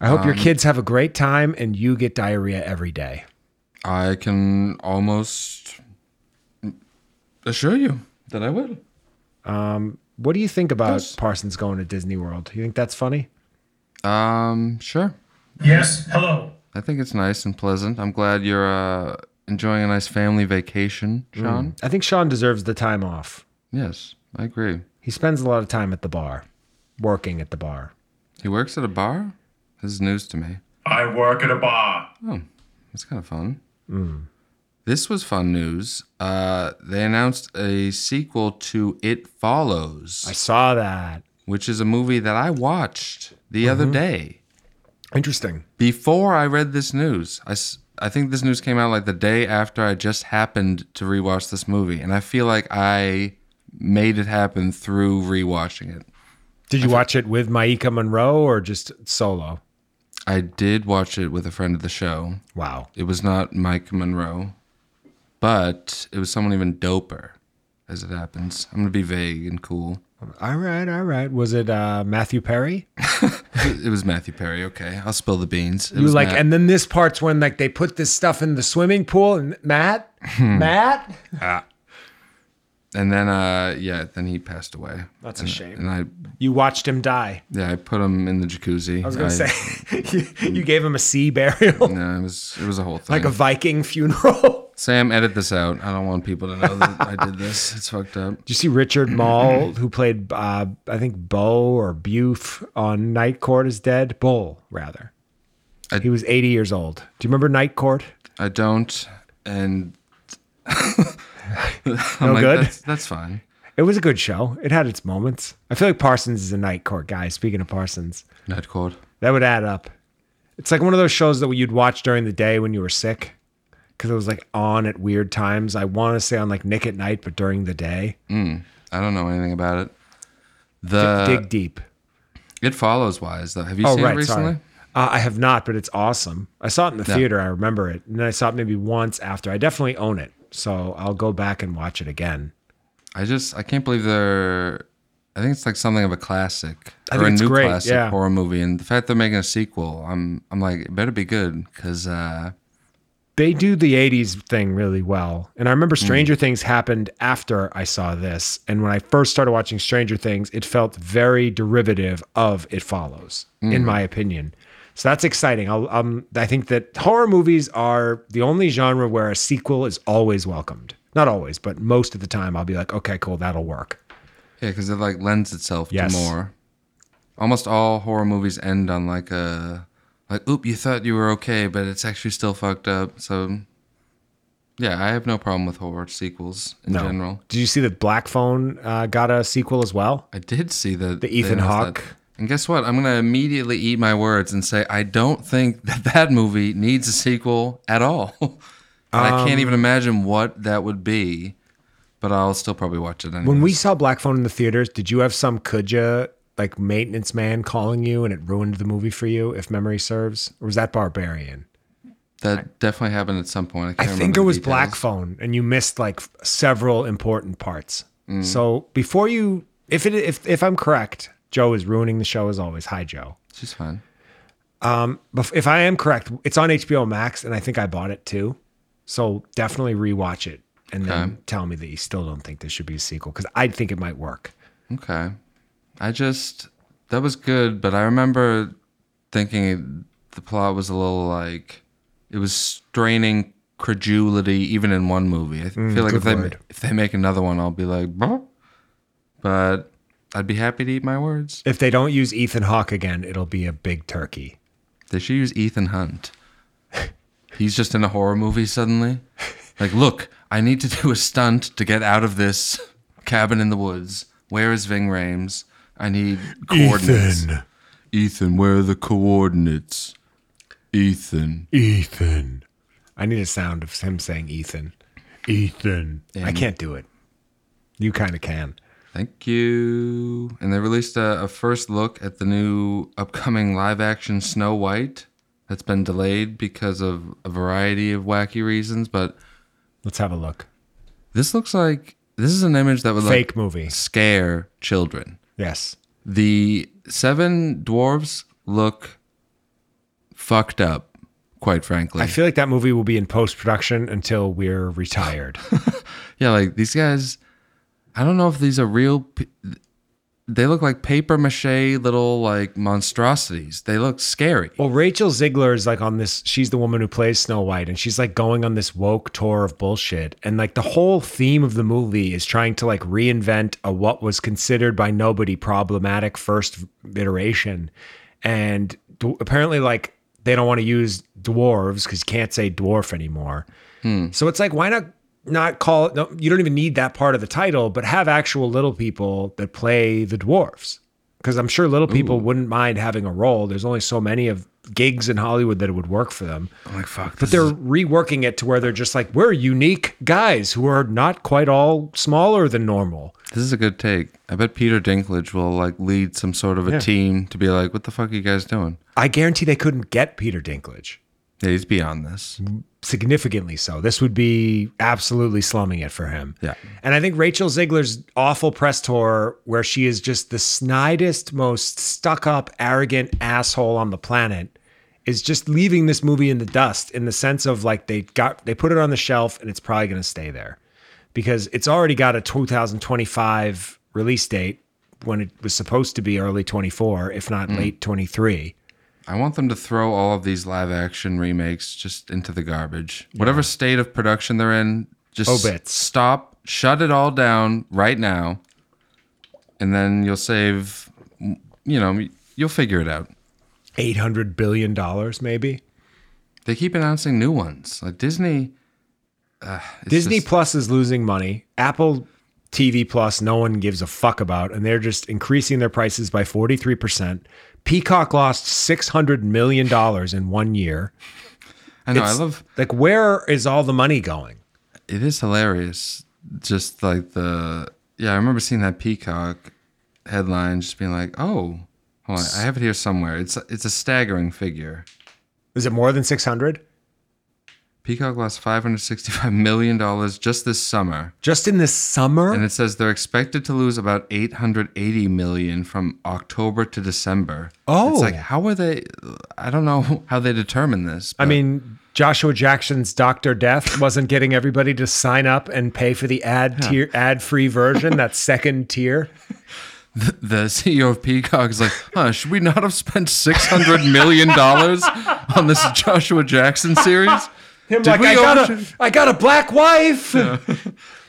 S5: I hope your kids have a great time and you get diarrhea every day.
S4: I can almost assure you that I will.
S5: What do you think about
S4: Yes.
S5: Parsons going to Disney World? You think that's funny?
S4: Um, sure.
S2: Yes, hello.
S4: I think it's nice and pleasant. I'm glad you're uh, enjoying a nice family vacation, Sean.
S5: I think Sean deserves the time off.
S4: Yes, I agree.
S5: He spends a lot of time at the bar, working at the bar.
S4: He works at a bar? This is news to me. Oh,
S9: I work at a bar.
S4: That's kind of fun. This was fun news. Uh, they announced a sequel to It
S5: I
S4: Follows,
S5: saw that.
S4: which is a movie that I watched the other day.
S5: Interesting.
S4: Before I read this news, I, s- I think this news came out like the day after I just happened to rewatch this movie. And I feel like I made it happen through rewatching it.
S5: Did you watch it with Maika Monroe or just solo?
S4: I did watch it with a friend of the show.
S5: Wow.
S4: It was not Mike Monroe, but it was someone even doper, as it happens. I'm going to be vague and cool.
S5: All right, all right. Was it uh, Matthew Perry?
S4: It was Matthew Perry. Okay, I'll spill the beans. It
S5: You
S4: was
S5: like,
S4: Matt.
S5: and then this part's when like they put this stuff in the swimming pool, and Matt, Matt.
S4: and then uh, yeah, then he passed away.
S5: That's a
S4: and,
S5: shame.
S4: And I
S5: You watched him die.
S4: yeah, I put him in the jacuzzi.
S5: I was gonna say (laughs) you, you gave him a sea burial, (laughs)
S4: No, it was it was a whole thing.
S5: like a Viking funeral. (laughs)
S4: Sam, edit this out. I don't want people to know that I did this. It's fucked up.
S5: Did you see (clears throat) Richard Mall, who played uh, I think Bo or Buf on Night Court, is dead. Bull rather.
S4: I-
S5: he was 80 years old. Do you remember Night Court?
S4: I don't. And (laughs) I'm
S5: No good?
S4: That's, that's fine.
S5: It was a good show. It had its moments. I feel like Parsons is a Night Court guy. Speaking of Parsons,
S4: Not cold.
S5: that would add up. It's like one of those shows that you'd watch during the day when you were sick, because it was like on at weird times. I want to say on like Nick at Night, but during the day.
S4: I don't know anything about it. The
S5: Dig deep.
S4: It Follows wise though. Have you
S5: Oh,
S4: seen
S5: right.
S4: it recently?
S5: Sorry. Uh, I have not, but it's awesome. I saw it in the theater. I remember it. And then I saw it maybe once after. I definitely own it. So I'll go back and watch it again.
S4: I just I can't believe they're. I think it's like something of a classic
S5: I
S4: or
S5: think
S4: a
S5: it's
S4: new
S5: great,
S4: classic
S5: yeah.
S4: horror movie, and the fact they're making a sequel, I'm I'm like it better be good because uh,
S5: They do the 80s thing really well. And I
S4: Hmm.
S5: remember Stranger Things happened after I saw this. And when I first started watching Stranger Things, it felt very derivative of It Follows,
S4: Hmm.
S5: in my opinion. So that's exciting. I'll, um, I think that horror movies are the only genre where a sequel is always welcomed. Not always, but most of the time, I'll be like, okay, cool, that'll work.
S4: yeah, because it like lends itself
S5: Yes.
S4: to more. Almost all horror movies end on like a like oop, you thought you were okay, but it's actually still fucked up. So yeah, I have no problem with horror sequels in
S5: No.
S4: general.
S5: Did you see that Black Phone uh, got a sequel as well?
S4: I did see the
S5: The Ethan Hawke.
S4: And guess what? I'm gonna immediately eat my words and say I don't think that (laughs) that movie needs a sequel at all. (laughs) And I
S5: Um,
S4: can't even imagine what that would be, but I'll still probably watch it anyway.
S5: When we saw Black Phone in the theaters, did you have some Kudja like maintenance man calling you and it ruined the movie for you, if memory serves? Or was that Barbarian?
S4: that definitely happened at some point. I,
S5: I
S4: can't
S5: think
S4: remember
S5: it
S4: the
S5: was
S4: details.
S5: Black Phone, and you missed like f- several important parts.
S4: Mm.
S5: So before you, if it if if I'm correct, Joe is ruining the show as always. Hi, Joe.
S4: She's fine.
S5: But if I am correct, it's on HBO Max, and I think I bought it too. So definitely rewatch it and then
S4: Okay.
S5: tell me that you still don't think there should be a sequel because I think it might work.
S4: Okay. I just that was good, but I remember thinking the plot was a little like it was straining credulity even in one movie. I feel like
S5: good
S4: if they
S5: word.
S4: if they make another one, I'll be like, "Bah." but I'd be happy to eat my words.
S5: If they don't use Ethan Hawke again, it'll be a big turkey.
S4: They should use Ethan Hunt. He's just in a horror movie suddenly. Like, look, I need to do a stunt to get out of this cabin in the woods. Where is Ving Rames? I need coordinates. Ethan, where are the coordinates? Ethan.
S5: Ethan. I need a sound of him saying Ethan. Ethan. I can't do it. You kind of can.
S4: Thank you. And they released a, a first look at the new upcoming live action Snow White that's been delayed because of a variety of wacky reasons, but
S5: Let's have a look.
S4: This looks like this is an image that would
S5: Fake
S4: like
S5: movie.
S4: scare children.
S5: Yes.
S4: The seven dwarves look fucked up, quite frankly.
S5: I feel like that movie will be in post production until we're retired.
S4: yeah, like these guys. I don't know if these are real. p- They look like paper mache little like monstrosities. They look scary.
S5: Well, Rachel Ziegler is like on this. She's the woman who plays Snow White, and she's like going on this woke tour of bullshit. And like the whole theme of the movie is trying to like reinvent a what was considered by nobody problematic first iteration. And d- apparently, like they don't want to use dwarves because you can't say dwarf anymore. So it's like, why not not call it? No, you don't even need that part of the title, but have actual little people that play the dwarves. Because I'm sure little people wouldn't mind having a role. There's only so many of gigs in Hollywood that it would work for them.
S4: I'm like, fuck.
S5: But they're reworking it to where they're just like, we're unique guys who are not quite all smaller than normal.
S4: This is a good take. I bet Peter Dinklage will like lead some sort of a team to be like, "What the fuck are you guys doing?"
S5: I guarantee they couldn't get Peter Dinklage.
S4: Yeah, he's beyond this.
S5: significantly so. This would be absolutely slumming it for him.
S4: Yeah.
S5: And I think Rachel Ziegler's awful press tour, where she is just the snidest, most stuck up, arrogant asshole on the planet, is just leaving this movie in the dust in the sense of like they got they put it on the shelf and it's probably gonna stay there. Because it's already got a 2025 release date when it was supposed to be early 24, if not late 23.
S4: I want them to throw all of these live action remakes just into the garbage. Whatever state of production they're in, just
S5: Oh, bits.
S4: stop, shut it all down right now, and then you'll save. You know, you'll figure it out.
S5: 800 billion dollars maybe.
S4: They keep announcing new ones. Like Disney. Uh, it's
S5: Disney
S4: just-
S5: Plus is losing money. Apple TV Plus, no one gives a fuck about, and they're just increasing their prices by 43%. Peacock lost $600 million in one year.
S4: I know. I
S5: It's-
S4: love.
S5: Like, where is all the money going?
S4: It is hilarious. Just like the yeah, I remember seeing that Peacock headline, just being like, "Oh, hold on, I have it here somewhere." It's it's a staggering figure.
S5: Is it more than 600?
S4: Peacock lost five hundred sixty-five million dollars just this summer,
S5: Just in this summer?
S4: and it says they're expected to lose about eight hundred eighty million from October to December.
S5: Oh.
S4: it's like how are they? I don't know (laughs) how they determine this.
S5: I
S4: but
S5: mean, Joshua Jackson's Doctor Death wasn't getting everybody to sign up and pay for the ad tier, ad-free version, that second tier.
S4: the CEO of Peacock is like, "Huh? Should we not have spent six hundred million dollars on this Joshua Jackson series?"
S5: Him
S4: Did
S5: like,
S4: we
S5: I got,
S4: audition-
S5: a, I got a black wife.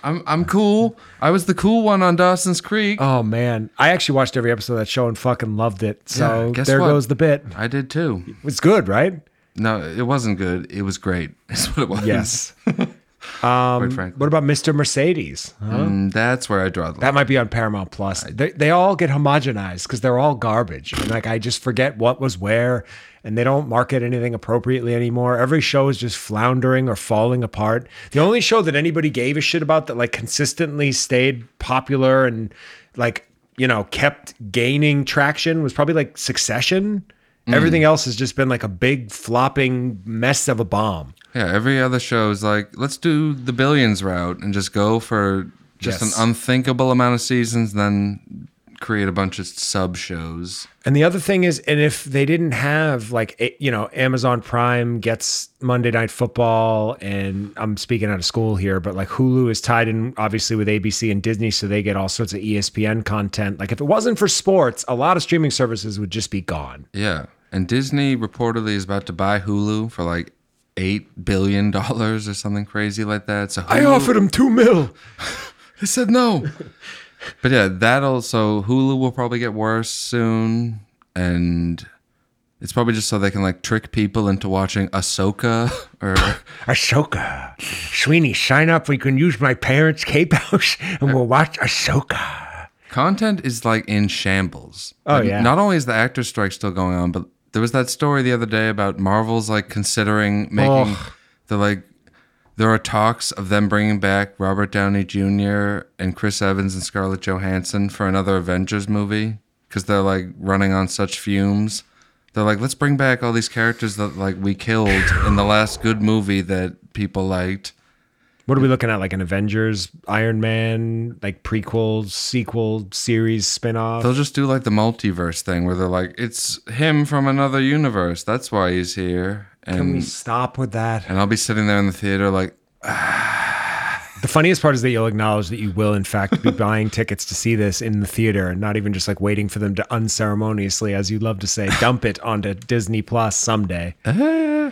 S4: I'm I'm cool. I was the cool one on Dawson's Creek.
S5: Oh man, I actually watched every episode of that show and fucking loved it. So
S4: Yeah, guess
S5: there
S4: what?
S5: goes the bit.
S4: I did too.
S5: It's good, right?
S4: No, it wasn't good. It was great. (laughs) That's what it was. quite frankly.
S5: (laughs) what about Mr. Mercedes? Huh?
S4: Mm, that's where I draw the line.
S5: That might be on Paramount Plus. They, they all get homogenized because they're all garbage. And like I just forget what was where, and they don't market anything appropriately anymore. Every show is just floundering or falling apart. The only show that anybody gave a shit about that like consistently stayed popular and like you know kept gaining traction was probably like Succession. Everything else has just been like a big flopping mess of a bomb.
S4: yeah, every other show is like, let's do the billions route and just go for just
S5: Yes.
S4: an unthinkable amount of seasons, then create a bunch of sub shows.
S5: And the other thing is, and if they didn't have like, a- you know, Amazon Prime gets Monday Night Football, and I'm speaking out of school here, but like Hulu is tied in obviously with ABC and Disney, so they get all sorts of E ESPN content. Like, if it wasn't for sports, a lot of streaming services would just be gone.
S4: Yeah, and Disney reportedly is about to buy Hulu for like eight billion dollars or something crazy like that. So Hulu-
S5: them two mil.
S4: They (laughs) said no. but yeah, that'll so Hulu will probably get worse soon, and it's probably just so they can like trick people into watching Ahsoka (laughs) or
S5: Ahsoka, Sweeney, sign up. We can use my parents' Cape House, and we'll watch Ahsoka.
S4: content is like in shambles.
S5: Oh,
S4: Like,
S5: yeah.
S4: Not only is the actor strike still going on, but there was that story the other day about Marvel's like considering making
S5: Ugh.
S4: the like. There are talks of them bringing back Robert Downey Jr. and Chris Evans and Scarlett Johansson for another Avengers movie because they're like running on such fumes. They're like, let's bring back all these characters that like we killed in the last good movie that people liked.
S5: What are we looking at? Like an Avengers, Iron Man, like prequel, sequel, series, spin-off?
S4: They'll just do like the multiverse thing where they're like, it's him from another universe. That's why he's here.
S5: Can we
S4: And
S5: stop with that?
S4: and I'll be sitting there in the theater like,
S5: The funniest part is that you'll acknowledge that you will, in fact,
S4: (laughs)
S5: be buying tickets to see this in the theater and not even just like waiting for them to unceremoniously, as you love to say, dump it onto Disney Plus someday.
S4: Uh,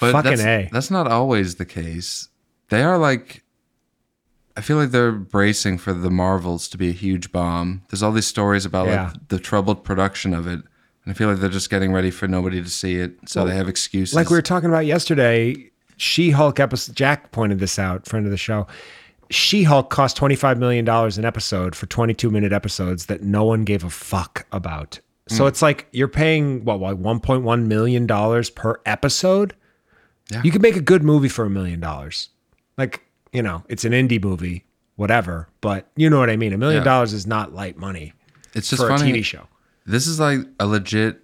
S4: but
S5: Fucking
S4: that's,
S5: A.
S4: that's not always the case. They are like, I feel like they're bracing for the Marvels to be a huge bomb. There's all these stories about
S5: Yeah.
S4: like the troubled production of it, And I feel like they're just getting ready for nobody to see it, so they have excuses.
S5: Like we were talking about yesterday, She Hulk episode. Jack pointed this out, friend of the show. She Hulk cost twenty five million dollars an episode for twenty two minute episodes that no one gave a fuck about.
S4: Hmm.
S5: So it's like you're paying what, like one point one million dollars per episode.
S4: Yeah.
S5: You could make a good movie for a million dollars. Like you know, it's an indie movie, whatever. But you know what I mean. A million
S4: Yeah.
S5: dollars is not light money
S4: it's just
S5: for
S4: funny.
S5: a TV show.
S4: This is like a legit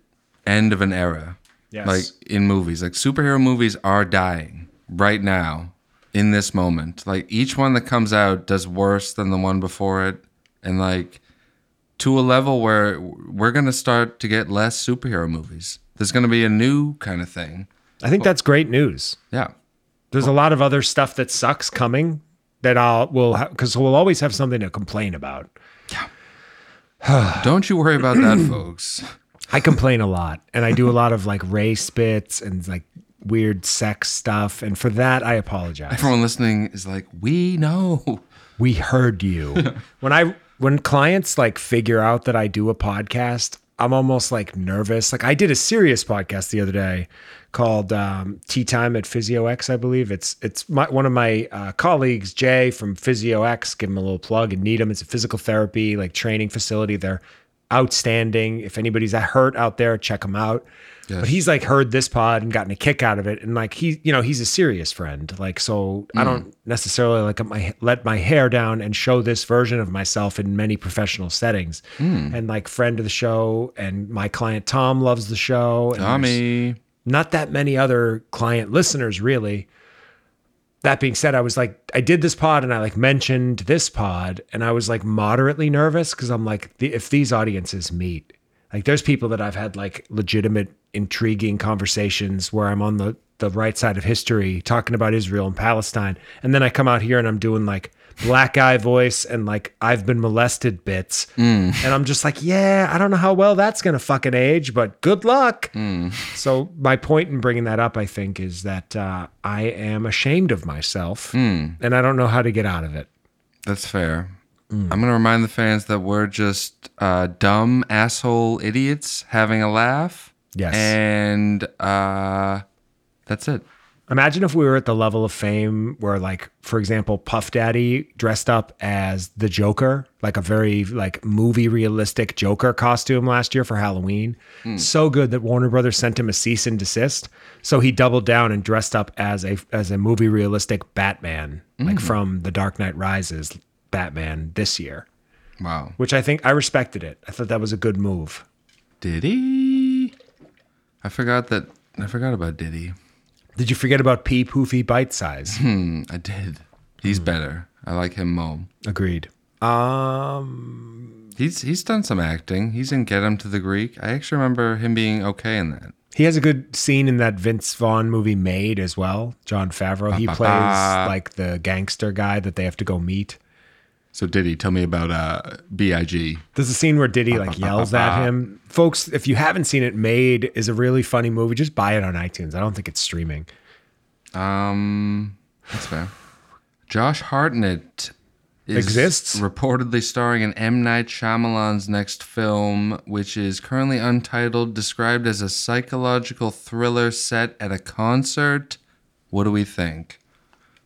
S4: end of an era.
S5: Yes.
S4: Like in movies, like superhero movies are dying right now in this moment. Like each one that comes out does worse than the one before it, and like to a level where we're gonna start to get less superhero movies. There's gonna be a new kind of thing.
S5: I think that's great news.
S4: Yeah.
S5: There's a lot of other stuff that sucks coming that I'll will because we'll always have something to complain about.
S4: Don't you worry about that, folks.
S5: I complain a lot, and I do a lot of like race bits and like weird sex stuff, and for that I apologize.
S4: Everyone listening is like, we know.
S5: We heard you. when I when clients like figure out that I do a podcast, I'm almost like nervous. Like I did a serious podcast the other day called um, Tea Time at Physio X, I believe. It's it's my, one of my uh, colleagues, Jay from Physio X. Give him a little plug in Needham. It's a physical therapy like training facility. They're outstanding. If anybody's hurt out there, check them out. But he's like heard this pod and gotten a kick out of it, and like he, you know, he's a serious friend. Like so, I don't necessarily like my let my hair down and show this version of myself in many professional settings. And like friend of the show, and my client Tom loves the show. And there's
S4: Tommy.
S5: not that many other client listeners really. That being said, I was like, I did this pod and I like mentioned this pod, and I was like moderately nervous because I'm like, the, if these audiences meet, like there's people that I've had like legitimate, intriguing conversations where I'm on the the right side of history talking about Israel and Palestine, and then I come out here and I'm doing like black guy voice and like I've been molested bits, and I'm just like, yeah, I don't know how well that's gonna fucking age, but good luck. So my point in bringing that up, I think, is that uh, I am ashamed of myself, and I don't know how to get out of it.
S4: That's fair. I'm gonna remind the fans that we're just uh, dumb asshole idiots having a laugh.
S5: Yes.
S4: And uh, that's it.
S5: Imagine if we were at the level of fame where, like, for example, Puff Daddy dressed up as the Joker, like a very like movie realistic Joker costume last year for Halloween. So good that Warner Brothers sent him a cease and desist. So he doubled down and dressed up as a as a movie realistic Batman, like from The Dark Knight Rises Batman this year.
S4: Wow.
S5: which I think I respected it. I thought that was a good move.
S4: Diddy. I forgot that. I forgot about Diddy.
S5: Did you forget about P Poofy Bite Size?
S4: Hmm, I did. He's better. I like him more.
S5: Agreed. Um,
S4: He's he's done some acting. He's in Get Him to the Greek. I actually remember him being okay in that.
S5: he has a good scene in that Vince Vaughn movie Made as well. John Favreau. He plays like the gangster guy that they have to go meet.
S4: So Diddy, tell me about uh, Big.
S5: There's a scene where Diddy like yells at him. Folks, if you haven't seen it, Made is a really funny movie. Just buy it on iTunes. I don't think it's streaming.
S4: Um, that's fair. Josh Hartnett is
S5: Exists?
S4: reportedly starring in M Night Shyamalan's next film, which is currently untitled, described as a psychological thriller set at a concert. What do we think?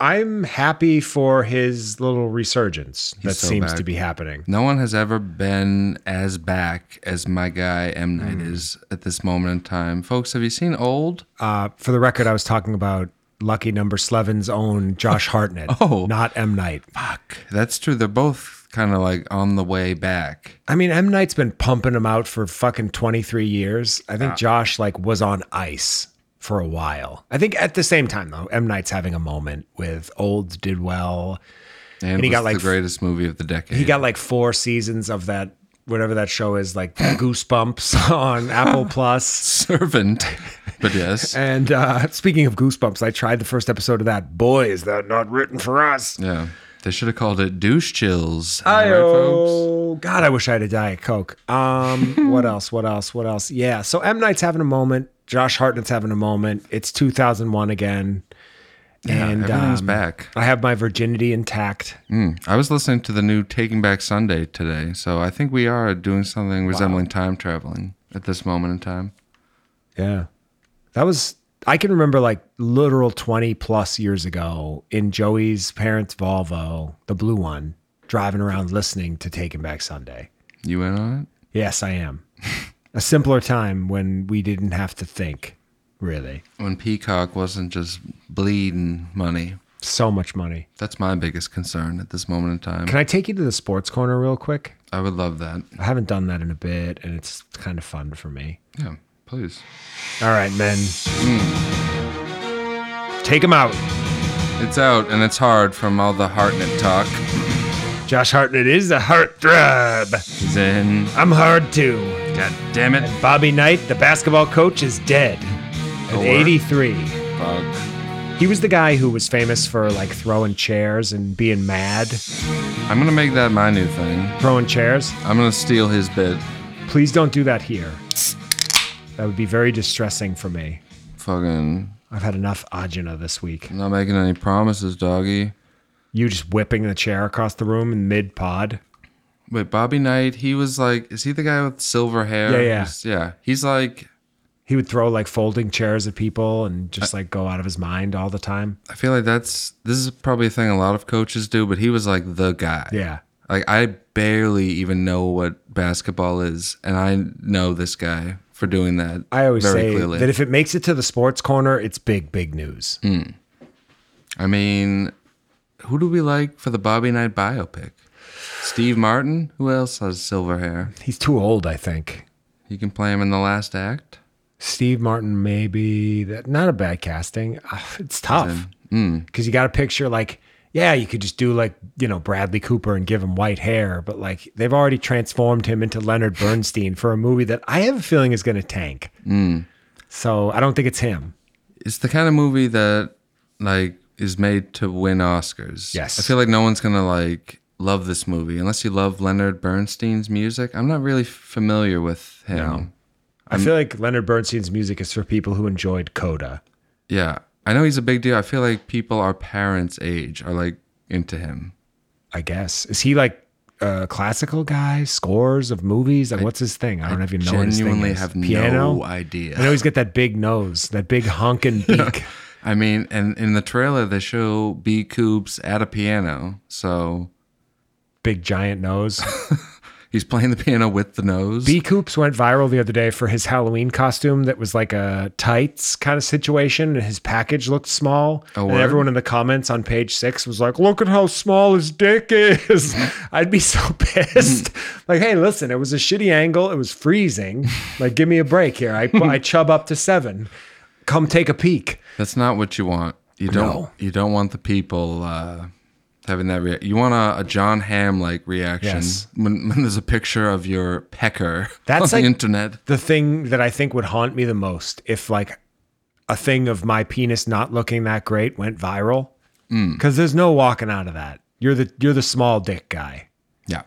S5: I'm happy for his little resurgence that
S4: so
S5: seems
S4: back.
S5: to be happening.
S4: No one has ever been as back as my guy M Night
S5: Hmm.
S4: is at this moment in time, folks. Have you seen Old?
S5: Uh, for the record, I was talking about lucky number Slevin's
S4: (laughs)
S5: own Josh Hartnett,
S4: Oh.
S5: not M. Knight.
S4: Fuck, that's true. They're both kind of like on the way back.
S5: I mean, M. Knight's been pumping him out for fucking 23 years. I think Josh like was on ice for a while. I think at the same time though, M. Knight's having a moment with Olds did well.
S4: And,
S5: he
S4: he
S5: got,
S4: got
S5: like,
S4: like
S5: f-
S4: the greatest movie of the decade.
S5: He got like four seasons of that whatever that show is
S4: (laughs)
S5: like Goosebumps on Apple Plus.
S4: servant. But yes.
S5: And uh, speaking of Goosebumps, I tried the first episode of that. Boy, is that not written for us.
S4: Yeah. They should have called it douche chills. Am I right, folks?
S5: Oh God, I wish I had a diet coke.
S4: (laughs)
S5: Um, what else? What else? What else? Yeah. So M Knight's having a moment. Josh Hartnett's having a moment. It's 2001 again,
S4: Yeah,
S5: and
S4: everything's
S5: um,
S4: back.
S5: I have my virginity intact.
S4: Mm. I was listening to the new Taking Back Sunday today, so I think we are doing something resembling time traveling. at this moment in time.
S5: Yeah. That was I can remember like literal 20 plus years ago in Joey's parents' Volvo, the blue one, driving around listening to Taking Back Sunday.
S4: You in on it?
S5: Yes,
S4: (laughs)
S5: I am. A simpler time when we didn't have to think, really.
S4: When Peacock wasn't just bleeding money.
S5: So much money.
S4: That's my biggest concern at this moment in time.
S5: Can I take you to the sports corner real quick?
S4: I would love that.
S5: I haven't done that in a bit and it's kind of fun for me.
S4: Yeah, please.
S5: All right, men. Hmm. Take him out.
S4: It's out and it's hard from all the Hartnett talk.
S5: Josh Hartnett is the heartthrob.
S4: He's in.
S5: I'm hard too.
S4: God damn it.
S5: Bobby Knight, the basketball coach, is dead at
S4: Or-
S5: 83.
S4: Fuck.
S5: He was the guy who was famous for like throwing chairs and being mad.
S4: I'm gonna make that my new thing.
S5: Throwing chairs.
S4: I'm gonna steal his bit.
S5: Please don't do that here. That would be very distressing for me.
S4: Fucking
S5: I've had enough ajina this week.
S4: not making any promises, doggy.
S5: You just whipping the chair across the room in mid pod.
S4: Wait, Bobby Knight, he was like, is he the guy with silver hair?
S5: Yeah, yeah.
S4: He's- yeah. He's like,
S5: He would throw like folding chairs at people and just like go out of his mind all the time.
S4: I feel like that's, this is probably a thing a lot of coaches do, but he was like the guy.
S5: Yeah.
S4: Like, I barely even know what basketball is, and I know this guy for doing that.
S5: I always
S4: very
S5: say
S4: clearly. Mm.
S5: that if it makes it to the sports corner, it's big, big news.
S4: I mean, who do we like for the Bobby Knight biopic? Steve Martin? Who else has silver hair?
S5: He's too old, I think.
S4: You can play him in the last act.
S5: Steve Martin, maybe that not a bad casting. Ah, It's tough
S4: Hmm.
S5: because you got to picture like, yeah, you could just do like you know Bradley Cooper and give him white hair, but like they've already transformed him into Leonard Bernstein for a movie that I have a feeling is going to tank.
S4: Hmm.
S5: So I don't think it's him.
S4: it's the kind of movie that like is made to win Oscars.
S5: Yes.
S4: I feel like no one's gonna like love this movie unless you love Leonard Bernstein's music. I'm not really familiar with him.
S5: I feel like Leonard Bernstein's music is for people who enjoyed Coda.
S4: Yeah. I know he's a big deal. I feel like people our parents' age are like into him.
S5: I guess is he like a classical guy? Scores of movies? Like what's his thing? I don't even know. what his thing
S4: Genuinely
S5: is.
S4: have
S5: piano.
S4: no idea.
S5: I know he's got that big nose, that big honking beak.
S4: I mean, and in the trailer they show B Coops at a piano, so
S5: big giant nose.
S4: he's playing the piano with the nose.
S5: B Coops went viral the other day for his Halloween costume that was like a tights kind of situation, and his package looked small.
S4: Oh,
S5: and
S4: word?
S5: everyone in the comments on page six was like, "Look at how small his dick is." I'd be so pissed. like, hey, listen, it was a shitty angle. It was freezing. Like, give me a break here. I I chub up to seven. Come take a peek.
S4: That's not what you want. You don't.
S5: No.
S4: You don't want the people uh, having that reaction. You want a, a John Hamm like reaction
S5: Yes.
S4: when, when there's a picture of your pecker
S5: That's
S4: on
S5: like-
S4: the internet.
S5: the thing that I think would haunt me the most if like a thing of my penis not looking that great went viral. Cause there's no walking out of that. You're the you're the small dick guy.
S4: Yeah,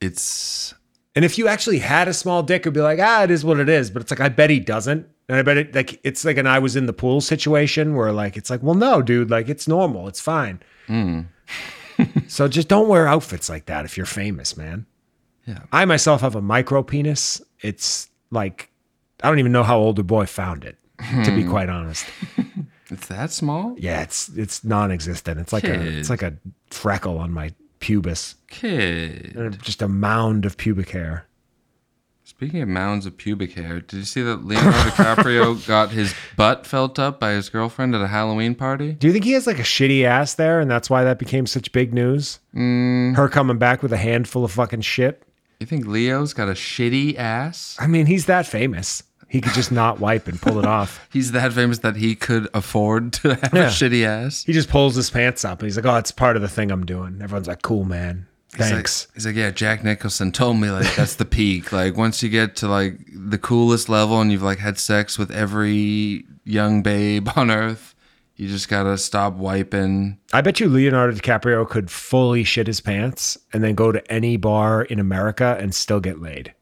S4: it's
S5: And if you actually had a small dick, it'd be like, ah, it is what it is. But it's like, I bet he doesn't. And I bet it like it's like an I was in the pool situation where like it's like, well, no, dude, like it's normal. It's fine. (laughs) so just don't wear outfits like that if you're famous, man.
S4: Yeah.
S5: I myself have a micro penis. It's like I don't even know how older boy found it, to be quite honest.
S4: it's that small,
S5: Yeah, it's it's non existent. It's like a it's
S4: Kid.
S5: like a freckle on my pubis.
S4: kid.
S5: Just a mound of pubic hair.
S4: Speaking of mounds of pubic hair, did you see that
S5: (laughs)
S4: Leonardo DiCaprio got his butt felt up by his girlfriend at a Halloween party?
S5: Do you think he has like a shitty ass there, and that's why that became such big news?
S4: Mm.
S5: Her coming back with a handful of fucking shit.
S4: You think Leo's got a shitty ass?
S5: I mean, he's that famous. He could just not wipe and
S4: (laughs)
S5: pull it off.
S4: He's that famous that he could afford to have a
S5: Yeah.
S4: shitty ass.
S5: He just pulls his pants up and he's like, "Oh, it's part of the thing I'm doing." Everyone's like, "Cool, man.
S4: He's like-
S5: Thanks."
S4: He's like, yeah, Jack Nicholson told me like that's the peak. Like once you get to like the coolest level and you've like had sex with every young babe on earth, you just gotta stop wiping.
S5: I bet you Leonardo DiCaprio could fully shit his pants and then go to any bar in America and still get laid.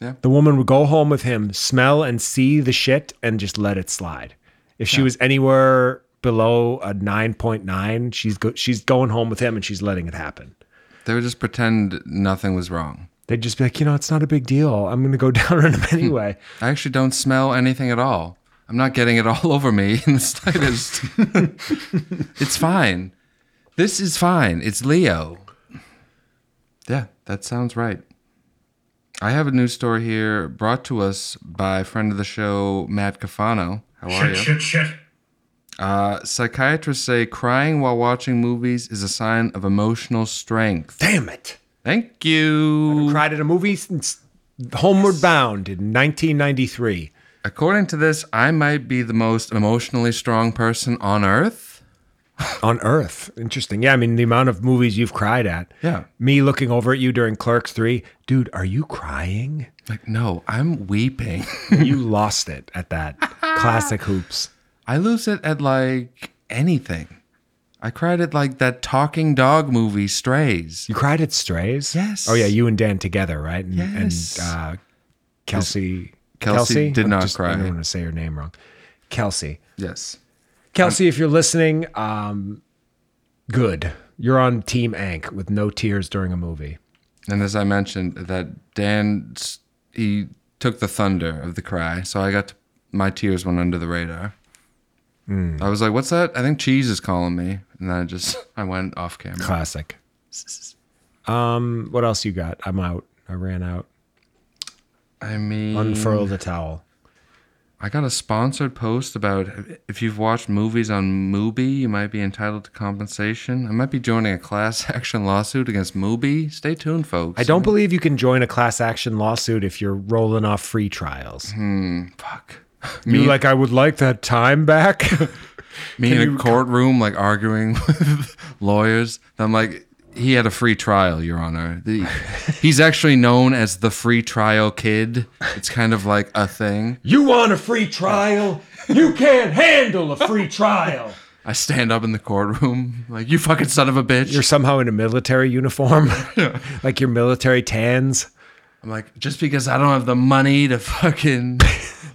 S4: Yeah.
S5: The woman would go home with him, smell and see the shit, and just let it slide. If she was anywhere below a 9.9, she's go- she's going home with him and she's letting it happen.
S4: They would just pretend nothing was wrong.
S5: They'd just be like, you know, it's not a big deal. I'm going to go (laughs) down on them anyway.
S4: I actually don't smell anything at all. I'm not getting it (laughs) all over me in the slightest. (laughs) it's fine. This is fine. It's Leo. Yeah, that sounds right. I have a news story here brought to us by friend of the show, Matt Cafano. How are
S2: (laughs)
S9: Shit,
S4: you?
S9: shit, shit.
S4: Uh, psychiatrists say crying while watching movies is a sign of emotional strength.
S5: (laughs) Damn it.
S4: Thank you.
S5: Cried at a movie since Homeward Bound in 1993.
S4: According to this, I might be the most emotionally strong person on earth.
S5: On Earth. Interesting. Yeah, I mean, the amount of movies you've cried at.
S4: Yeah.
S5: Me looking over at you during Clerks 3. Dude, are you
S4: (laughs)
S5: crying?
S4: Like, no, I'm weeping.
S5: you lost it at that. Classic hoops.
S4: I lose it at like anything. I cried at like that talking dog movie, Strays.
S5: You cried at Strays?
S4: Yes.
S5: Oh, yeah, you and Dan together, right? And,
S4: Yes.
S5: And uh, Kelsey.
S4: Kelsey did
S5: I'm
S4: not
S5: just-
S4: cry. Um,
S5: I don't want to say her name wrong. Kelsey.
S4: Yes.
S5: Kelsey, if you're listening, um, good. You're on Team Ank with no tears during a movie.
S4: And as I mentioned, that Dan, s- he took the thunder of the cry. So I got to, my tears went under the radar. I was like, what's that? I think Cheese is calling me. And then I just, (laughs) I went off camera.
S5: Classic. Um, what else you got? I'm out. I ran out.
S4: I mean,
S5: Unfurl the towel.
S4: I got a sponsored post about if you've watched movies on Mubi, you might be entitled to compensation. I might be joining a class (laughs) action lawsuit against Mubi. Stay tuned, folks.
S5: I don't believe you can join a class action lawsuit if you're rolling off free trials.
S4: fuck.
S5: Mm-hmm. (laughs) You like, I would like that time back. (laughs)
S4: Me in a courtroom, like arguing (laughs) with lawyers. I'm like, he had a free trial, Your Honor.
S5: (laughs)
S4: The- he's actually known as the free trial kid. It's kind of like a thing.
S5: you want a free trial? You can't handle a free (laughs) trial.
S4: I stand up in the courtroom, like, you fucking son of a bitch.
S5: You're somehow in a military (laughs) uniform, like your military tans.
S4: I'm like, just because I don't have the money to
S5: (laughs)
S4: fucking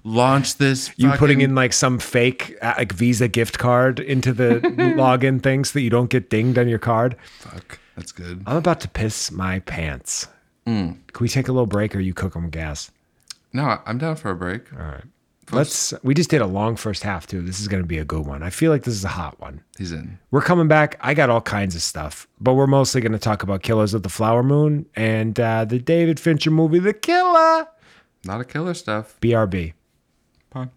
S4: launch this.
S5: You putting
S4: fucking-
S5: in like some fake uh, like Visa gift card into (laughs) the login thing so that you don't get dinged on your card.
S4: Fuck, that's good.
S5: I'm about to piss my pants. Can we take a little break or you cook them gas?
S4: No, I- I'm down for a break.
S5: All right. Let's we just did a long first half too. This is going to be a good one. I feel like this is a hot one.
S4: He's in.
S5: We're coming back. I got all kinds of stuff, but we're mostly going to talk about Killers of the Flower Moon and uh, the David Fincher movie The Killer.
S4: Not a killer stuff.
S5: BRB.
S4: Punk.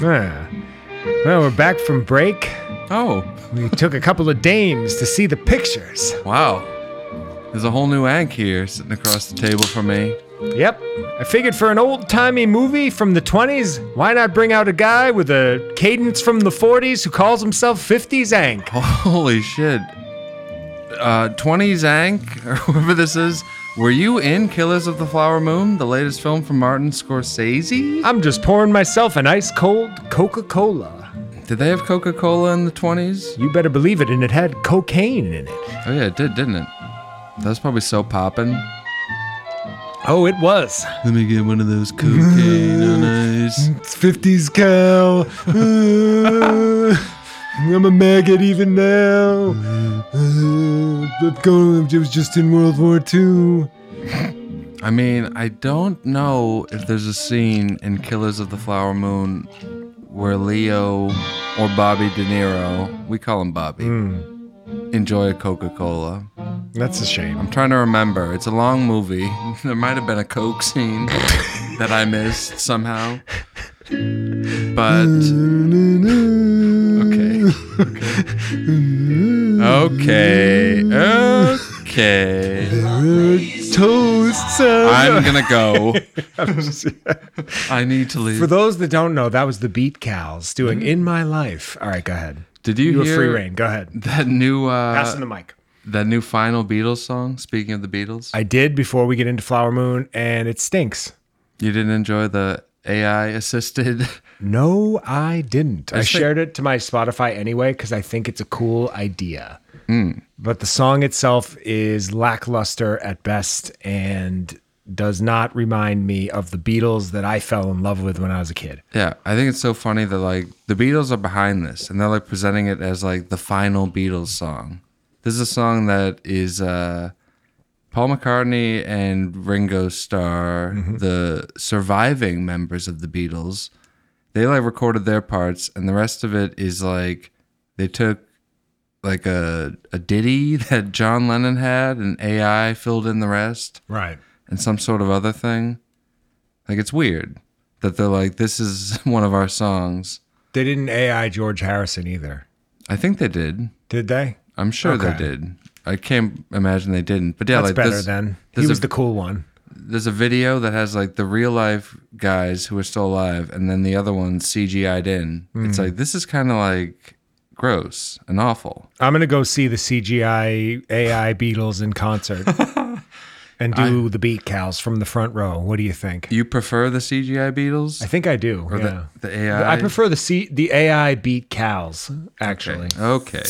S5: Yeah. Ah. Well, we're back from break.
S4: Oh,
S5: We took a couple of dames to see the pictures.
S4: wow. There's a whole new ank here sitting across the table from me.
S5: Yep. I figured for an old timey movie from the 20s, why not bring out a guy with a cadence from the 40s who calls himself 50s Ank?
S4: Holy shit. Uh, 20s Ank, (laughs) or whoever this is, were you in Killers of the Flower Moon, the latest film from Martin Scorsese?
S5: I'm just pouring myself an ice cold Coca Cola.
S4: Did they have Coca Cola in the 20s?
S5: You better believe it, and it had cocaine in it.
S4: Oh, yeah, it did, didn't it? That was probably so poppin'.
S5: Oh, it was.
S4: Let me get one of (laughs) those cocaine on ice.
S5: It's 50s cow. (laughs) I'm a maggot even now. I'm going, I was just in World War II.
S4: I mean, I don't know if there's a scene in Killers of the Flower Moon where Leo or Bobby De Niro, we call him Bobby, enjoy a Coca Cola.
S5: That's a shame.
S4: I'm trying to remember. It's a long movie. (laughs) There might have been a Coke (laughs) scene that I missed somehow. But. (laughs) Okay. Okay. Okay. Okay.
S5: Toast,
S4: I'm gonna go. I need to leave.
S5: For those that don't know, that was the Beat Cows doing "In My Life." All right, go ahead.
S4: Did you,
S5: You were
S4: hear uh,
S5: free reign. Go ahead.
S4: that new
S5: Passing
S4: uh,
S5: the mic.
S4: that new final Beatles song? Speaking of the Beatles,
S5: I did before we get into Flower Moon, and it stinks.
S4: you didn't enjoy the AI assisted. (laughs)
S5: No, I didn't. I,
S4: just think-
S5: shared it to my Spotify anyway because I think it's a cool idea. But the song itself is lackluster at best and does not remind me of the Beatles that I fell in love with when I was a kid.
S4: Yeah, I think it's so funny that like the Beatles are behind this and they're like presenting it as like the final Beatles song. This is a song that is uh Paul McCartney and Ringo Starr, the surviving members of the Beatles, they like recorded their parts and the rest of it is like they took like a a ditty (laughs) that John Lennon had and AI filled in the rest
S5: Right.
S4: and some sort of other thing. Like it's weird that they're like, this is (laughs) one of our songs.
S5: They didn't AI George Harrison either,
S4: I think they did.
S5: did they?
S4: I'm sure they
S5: Okay.
S4: did. I can't imagine they didn't. But yeah,
S5: That's
S4: like
S5: better
S4: there's,
S5: then. He
S4: there's
S5: was
S4: a-
S5: the cool one.
S4: there's a video that has like the real life guys who are still alive, and then the other one's CGI'd in. It's
S5: Hmm.
S4: like this is kind of like gross and awful.
S5: I'm gonna go see the CGI AI Beatles in
S4: (laughs)
S5: concert and do the beat cows from the front row. What do you think?
S4: You prefer the CGI Beatles?
S5: I think I do.
S4: or
S5: yeah.
S4: the, the AI?
S5: I prefer the C- the AI beat cows actually.
S4: Okay.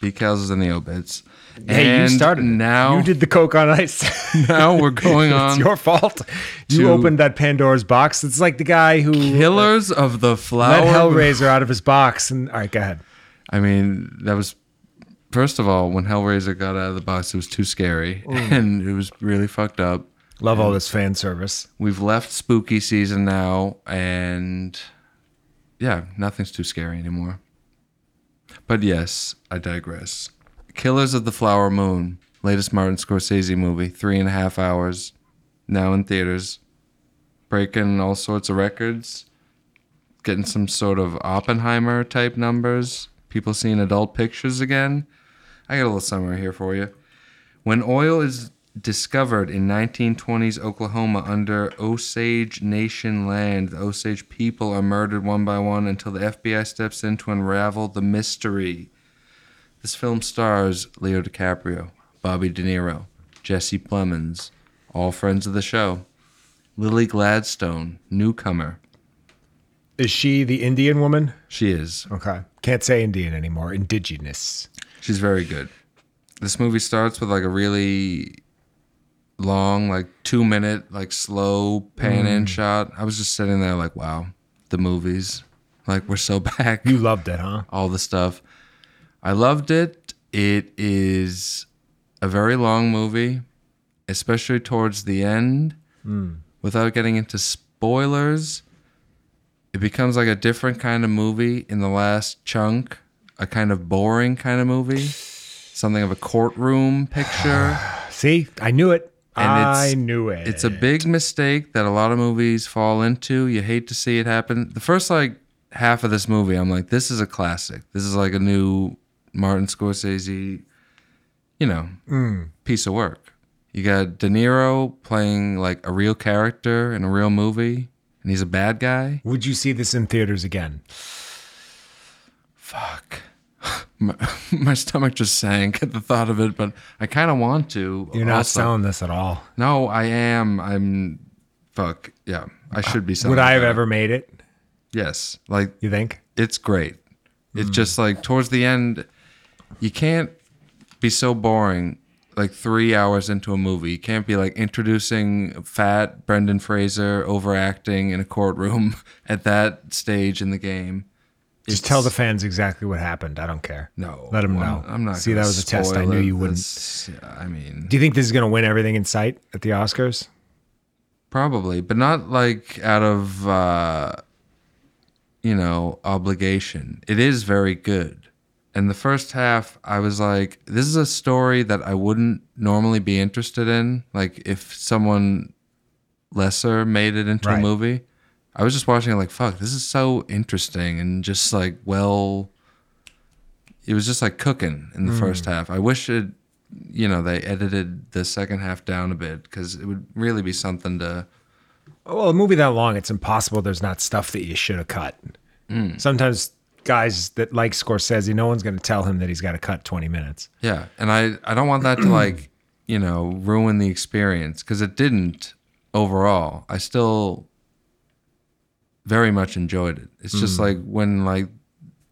S4: Decals is in the obits.
S5: Hey, you
S4: And
S5: started. it.
S4: now.
S5: you did the coke on ice.
S4: (laughs) now
S5: (laughs)
S4: we're going
S5: it's
S4: on.
S5: your fault. You
S4: to-
S5: opened that Pandora's box. It's like the guy who
S4: Killers of the Flower.
S5: let Hellraiser out of his box. And all right, go ahead.
S4: I mean, that was first of all when Hellraiser got out of the box, it was too scary (laughs) and it was really fucked up.
S5: Love all this fan service.
S4: We've left spooky season now, and yeah, nothing's too scary anymore. But yes, I digress. Killers of the Flower Moon, latest Martin Scorsese movie, three and a half hours, now in theaters, breaking all sorts of records, getting some sort of Oppenheimer type numbers, people seeing adult pictures again. I got a little summary here for you. When oil is discovered in 1920s Oklahoma under Osage Nation land, the Osage people are murdered one by one until the FBI steps in to unravel the mystery. This film stars Leo DiCaprio, Bobby De Niro, Jesse Plemons, all friends of the show. Lily Gladstone, newcomer.
S5: Is she the Indian woman?
S4: She is.
S5: Okay, can't say Indian anymore. Indigenous.
S4: She's very good. This movie starts with like a really long, like two minute, like slow pan in shot. I was just sitting there like, wow, the movies. Like we're so (laughs) back.
S5: You loved it, huh?
S4: All the stuff. I loved it. It is a very long movie, especially towards the end. Without getting into spoilers, it becomes like a different kind of movie in the last chunk, a kind of boring kind of movie, something of a courtroom picture. (sighs)
S5: See, I knew it.
S4: And it's-
S5: I knew it.
S4: It's a big mistake that a lot of movies fall into. You hate to see it happen. The first like half of this movie, I'm like, this is a classic. This is like a new Martin Scorsese, you know,
S5: Mm.
S4: piece of work. You got De Niro playing like a real character in a real movie, and he's a bad guy.
S5: Would you see this in theaters again?
S4: Fuck. (laughs) My, my stomach just sank at the thought of it, but I kind of want to.
S5: You're not
S4: also.
S5: selling this at all.
S4: No, I am. I'm. Fuck. Yeah. I should be selling.
S5: Would I have
S4: that.
S5: ever made it?
S4: Yes. Like
S5: You think?
S4: it's great. It's
S5: Mm.
S4: just like towards the end, you can't be so boring. Like three hours into a movie, you can't be like introducing fat Brendan Fraser overacting in a courtroom (laughs) at that stage in the game.
S5: Just
S4: It's-
S5: tell the fans exactly what happened. I don't care.
S4: no.
S5: Let 'em
S4: I'm-
S5: know.
S4: I'm not.
S5: See,
S4: gonna
S5: that was a test.
S4: spoil
S5: I knew
S4: it.
S5: you wouldn't.
S4: That's- I mean,
S5: Do you think this is going to win everything in sight at the Oscars?
S4: Probably, but not like out of uh, you know obligation. It is very good. And the first half, I was like, this is a story that I wouldn't normally be interested in. Like if someone lesser made it into a
S5: Right.
S4: movie, I was just watching it like, fuck, this is so interesting and just like well. It was just like cooking in the first half. I wish it you know they edited the second half down a bit because it would really be something to
S5: Well, a movie that long, it's impossible. There's not stuff that you should have cut.
S4: Mm.
S5: Sometimes guys that like Scorsese, no one's going to tell him that he's got to cut 20 minutes.
S4: yeah and i i don't want that to like (clears throat) you know ruin the experience because it didn't overall i still very much enjoyed it. It's just like when like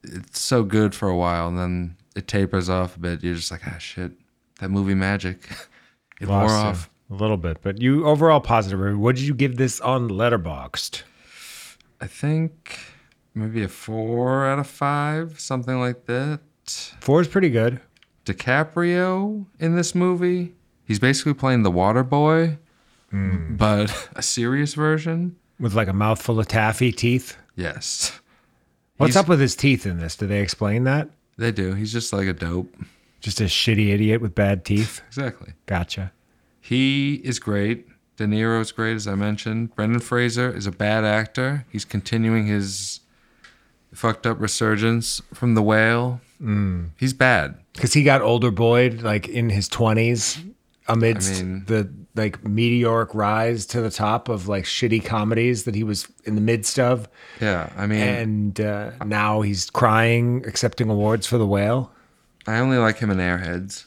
S4: it's so good for a while and then it tapers off a bit. You're just like, ah, shit, that movie magic. (laughs) it wore
S5: Lost you
S4: off.
S5: a little bit, but you overall positive. review. What did you give this on Letterboxd?
S4: I think maybe a four out of five, something like that.
S5: Four is pretty good.
S4: DiCaprio in this movie, he's basically playing the water boy, but (laughs) a serious version.
S5: with like a mouthful of taffy teeth.
S4: Yes,
S5: What's
S4: He's-
S5: up with his teeth in this? Do they explain that?
S4: they do. He's just like a dope.
S5: Just a shitty idiot with bad teeth.
S4: Exactly.
S5: Gotcha.
S4: He is great. De Niro is great, as I mentioned. Brendan Fraser is a bad actor. He's continuing his fucked up resurgence from The Whale. He's bad.
S5: Because he got older Boyd like in his twenties amidst
S4: I mean-
S5: the like meteoric rise to the top of like shitty comedies that he was in the midst of.
S4: Yeah, I mean,
S5: And uh, now he's crying, accepting awards for the whale.
S4: I only like him in Airheads.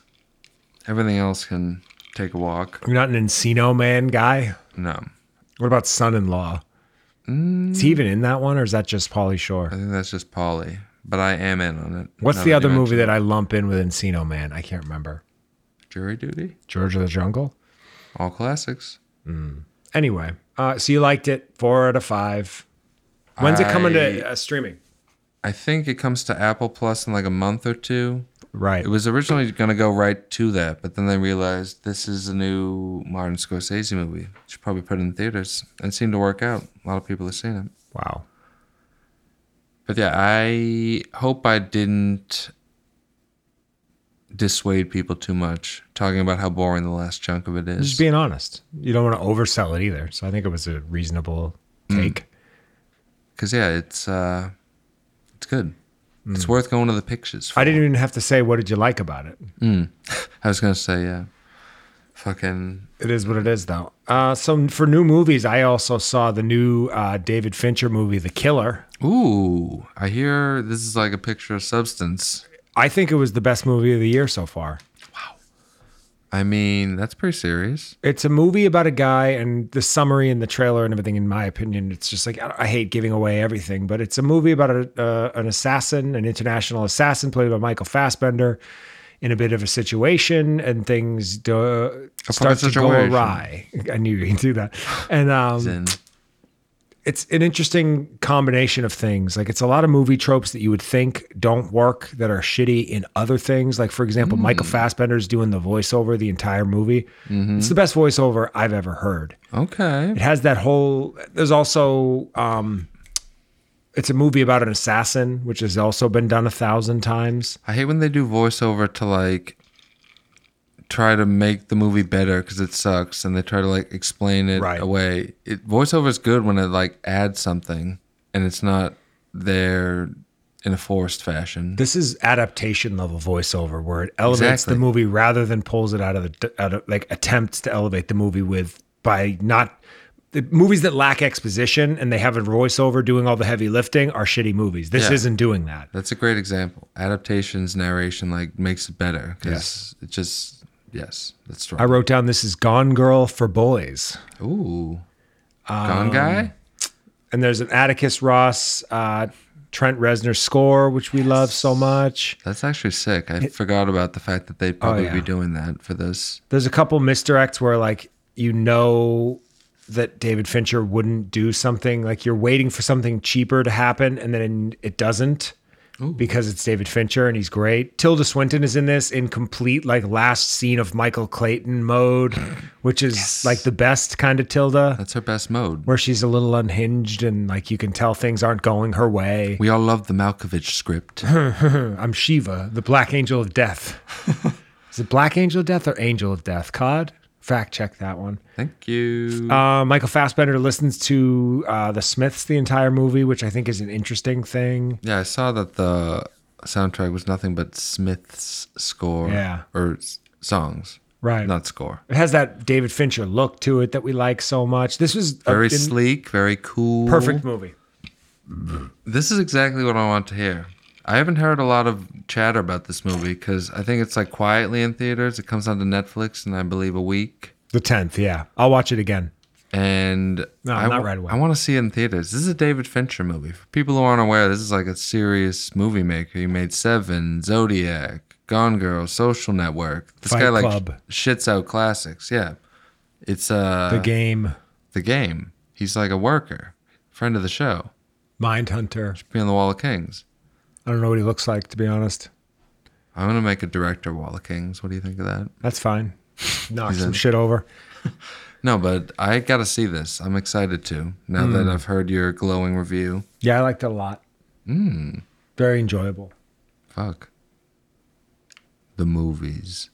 S4: Everything else can take a walk.
S5: You're not an Encino man guy.
S4: No,
S5: What about son in law? Is he even in that one or is that just Polly Shore?
S4: I think that's just Polly. But I am in on it.
S5: What's
S4: now
S5: the
S4: you
S5: other movie
S4: mention
S5: that Uh, I lump in with Encino Man? I can't remember.
S4: it. Jury Duty,
S5: George of the Jungle?
S4: all classics.
S5: Anyway, uh, so you liked it. Four out of five. When's it coming to uh, streaming?
S4: I think it comes to Apple Plus in like a month or two.
S5: Right.
S4: It was originally going to go right to that, but then they realized this is a new Martin Scorsese movie. Should probably put it in theaters. And it seemed to work out. A lot of people have seen it.
S5: wow.
S4: But yeah, I hope I didn't dissuade people too much talking about how boring the last chunk of it
S5: Just
S4: is.
S5: being honest. You don't want to oversell it either. So I think it was a reasonable take.
S4: Because yeah, it's uh, it's good. It's worth going to the pictures. For.
S5: Hmm. I didn't even have to say what did you like about it.
S4: I was gonna say yeah, fucking
S5: It is what it is, though. Uh, so for new movies, I also saw the new uh, David Fincher movie, The Killer.
S4: ooh. I hear this is like a picture of substance.
S5: I think it was the best movie of the year so far.
S4: I mean, that's pretty serious.
S5: it's a movie about a guy and the summary and the trailer and everything in my opinion it's just like i I hate giving away everything but it's a movie about a, uh, an assassin an international assassin played by michael fassbender in a bit of a situation and things do, start to go
S4: situation.
S5: awry (laughs) i knew you could do that and um,
S4: Then
S5: it's an interesting combination of things. Like it's a lot of movie tropes that you would think don't work that are shitty in other things. Like for example, Michael Fassbender's doing the voiceover the entire movie. It's the best voiceover I've ever heard.
S4: okay,
S5: It has that whole. There's also. Um, it's a movie about an assassin, which has also been done a thousand times.
S4: I hate when they do voiceover to like try to make the movie better because it sucks, and they try to like explain it
S5: Right.
S4: away. It voiceover is good when it like adds something, and it's not there in a forced fashion.
S5: This is adaptation level voiceover, where it elevates
S4: Exactly.
S5: the movie rather than pulls it out of the out of like attempts to elevate the movie with by not. The movies that lack exposition and they have a voiceover doing all the heavy lifting are shitty movies. This
S4: Yeah.
S5: isn't doing that.
S4: That's a great example. Adaptations, narration, like makes it better because
S5: Yes.
S4: it just yes, that's
S5: I
S4: right.
S5: wrote down this is Gone Girl for boys.
S4: Ooh, Gone
S5: Um,
S4: Guy.
S5: and there's an Atticus Ross, uh, Trent Reznor score, which we love so much.
S4: That's actually sick. I forgot about the fact that they'd probably
S5: Oh, yeah.
S4: be doing that for this.
S5: There's a couple misdirects where like you know that David Fincher wouldn't do something like you're waiting for something cheaper to happen and then it doesn't because it's David Fincher and he's great. Tilda Swinton is in this in complete like last scene of Michael Clayton mode, which is like the best kind of Tilda
S4: That's her best mode.
S5: where she's a little unhinged and like you can tell things aren't going her way.
S4: We all love the Malkovich
S5: (laughs)
S4: script.
S5: Uh, I'm Shiva, the Black Angel of Death. Is it Black Angel of Death or Angel of Death? Cod? Fact check that one.
S4: Thank you.
S5: Uh, Michael Fassbender listens to uh, the Smiths the entire movie, which I think is an interesting thing.
S4: yeah, I saw that the soundtrack was nothing but Smith's score.
S5: Yeah.
S4: Or s- songs.
S5: Right.
S4: Not score.
S5: It has that David Fincher look to it that we like so much. This was a-
S4: Very
S5: in-
S4: sleek, very cool.
S5: perfect movie.
S4: This is exactly what I want to hear. I haven't heard a lot of chatter about this movie because I think it's like quietly in theaters. It comes onto Netflix in, I believe, a week.
S5: The tenth, yeah. I'll watch it again.
S4: And
S5: No,
S4: I,
S5: not
S4: w-
S5: right away.
S4: I want to see it in theaters. This is a David Fincher movie. For people who aren't aware, this is like a serious movie maker. He made Seven, Zodiac, Gone Girl, Social Network. This
S5: Fight
S4: guy like
S5: Club.
S4: shits out classics. Yeah, it's uh
S5: The game,
S4: the game. He's like a worker, friend of the show.
S5: Mindhunter.
S4: Be on the Wall of Kings.
S5: I don't know what he looks like, to be honest.
S4: I'm gonna make a director Wall of Kings. What do you think of that? (laughs)
S5: That's fine. Knock
S4: He's
S5: some
S4: in.
S5: shit over.
S4: No, but I gotta see this. I'm excited to now
S5: Hmm.
S4: that I've heard your glowing review.
S5: Yeah, I liked it a lot.
S4: Hmm.
S5: Very enjoyable.
S4: Fuck. The movies.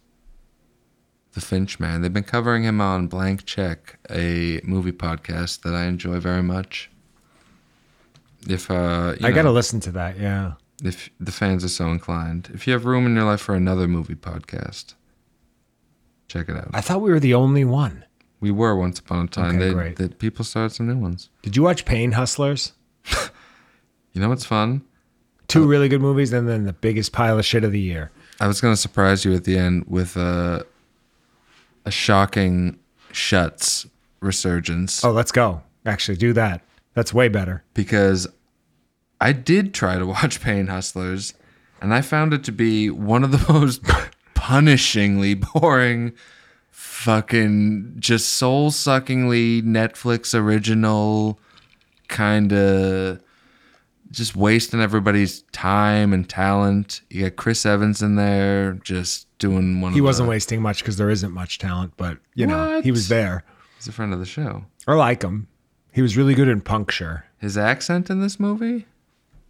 S4: The Finch man. They've been covering him on Blank Check, a movie podcast that I enjoy very much. If uh, you
S5: I gotta
S4: know,
S5: listen to that. Yeah.
S4: if the fans are so inclined, if you have room in your life for another movie podcast, check it out.
S5: I thought we were the only one.
S4: We were once upon a time.
S5: Okay,
S4: they,
S5: great.
S4: they- people started some new ones.
S5: Did you watch Pain Hustlers?
S4: You know what's fun? Uh,
S5: Two really good movies, and then the biggest pile of shit of the year.
S4: I was gonna surprise you at the end with a a shocking shuts resurgence
S5: Oh, let's go. Actually, do that. That's way better.
S4: because I did try to (laughs) watch Pain Hustlers, and I found it to be one of the (laughs) most punishingly boring, fucking just soul suckingly Netflix original kind of just wasting everybody's time and talent. You got Chris Evans in there just doing one
S5: He
S4: of
S5: wasn't
S4: the,
S5: wasting much because there isn't much talent, but you know,
S4: What?
S5: he was there.
S4: he's a friend of the show.
S5: I like him. He was really good in puncture.
S4: His accent in this movie?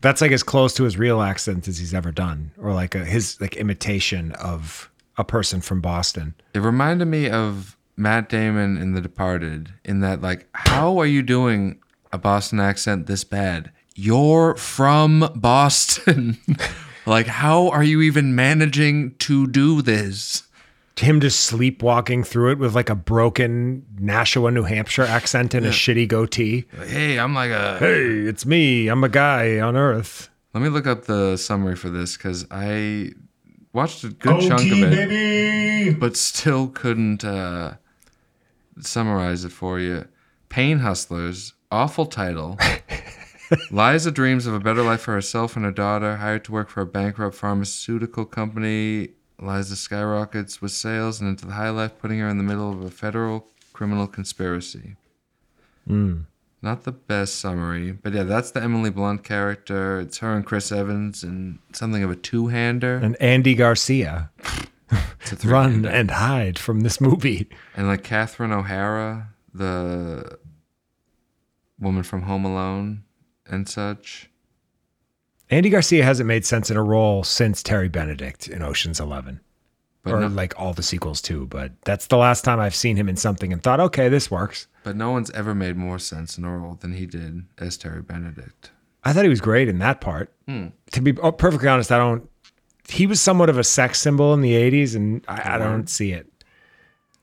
S5: That's like as close to his real accent as he's ever done, or like a, his like imitation of a person from Boston.
S4: It reminded me of Matt Damon in The Departed, in that, like, how are you doing a Boston accent this bad? You're from Boston. (laughs) like, how are you even managing to do this?
S5: Him just sleepwalking through it with like a broken Nashua, New Hampshire accent and a shitty goatee.
S4: Like, hey, I'm like a.
S5: Hey, it's me. I'm a guy on Earth.
S4: Let me look up the summary for this because I watched a good chunk of it, but still couldn't uh, summarize it for you. Pain Hustlers, awful title. Liza dreams of a better life for herself and her daughter, hired to work for a bankrupt pharmaceutical company. Liza skyrockets with sales and into the high life, putting her in the middle of a federal criminal conspiracy. Not the best summary, but yeah, that's the Emily Blunt character. It's her and Chris Evans, and something of a two-hander.
S5: And Andy Garcia,
S4: It's a
S5: run
S4: three-hander.
S5: and hide from this movie.
S4: and like Catherine O'Hara, the woman from Home Alone and such.
S5: Andy Garcia hasn't made sense in a role since Terry Benedict in Ocean's Eleven,
S4: But
S5: or
S4: no,
S5: like all the sequels too. But that's the last time I've seen him in something and thought, okay, this works.
S4: but no one's ever made more sense in a role than he did as Terry Benedict.
S5: I thought he was great in that part. To be oh, perfectly honest, I don't. He was somewhat of a sex symbol in the '80s, and I, I don't see it.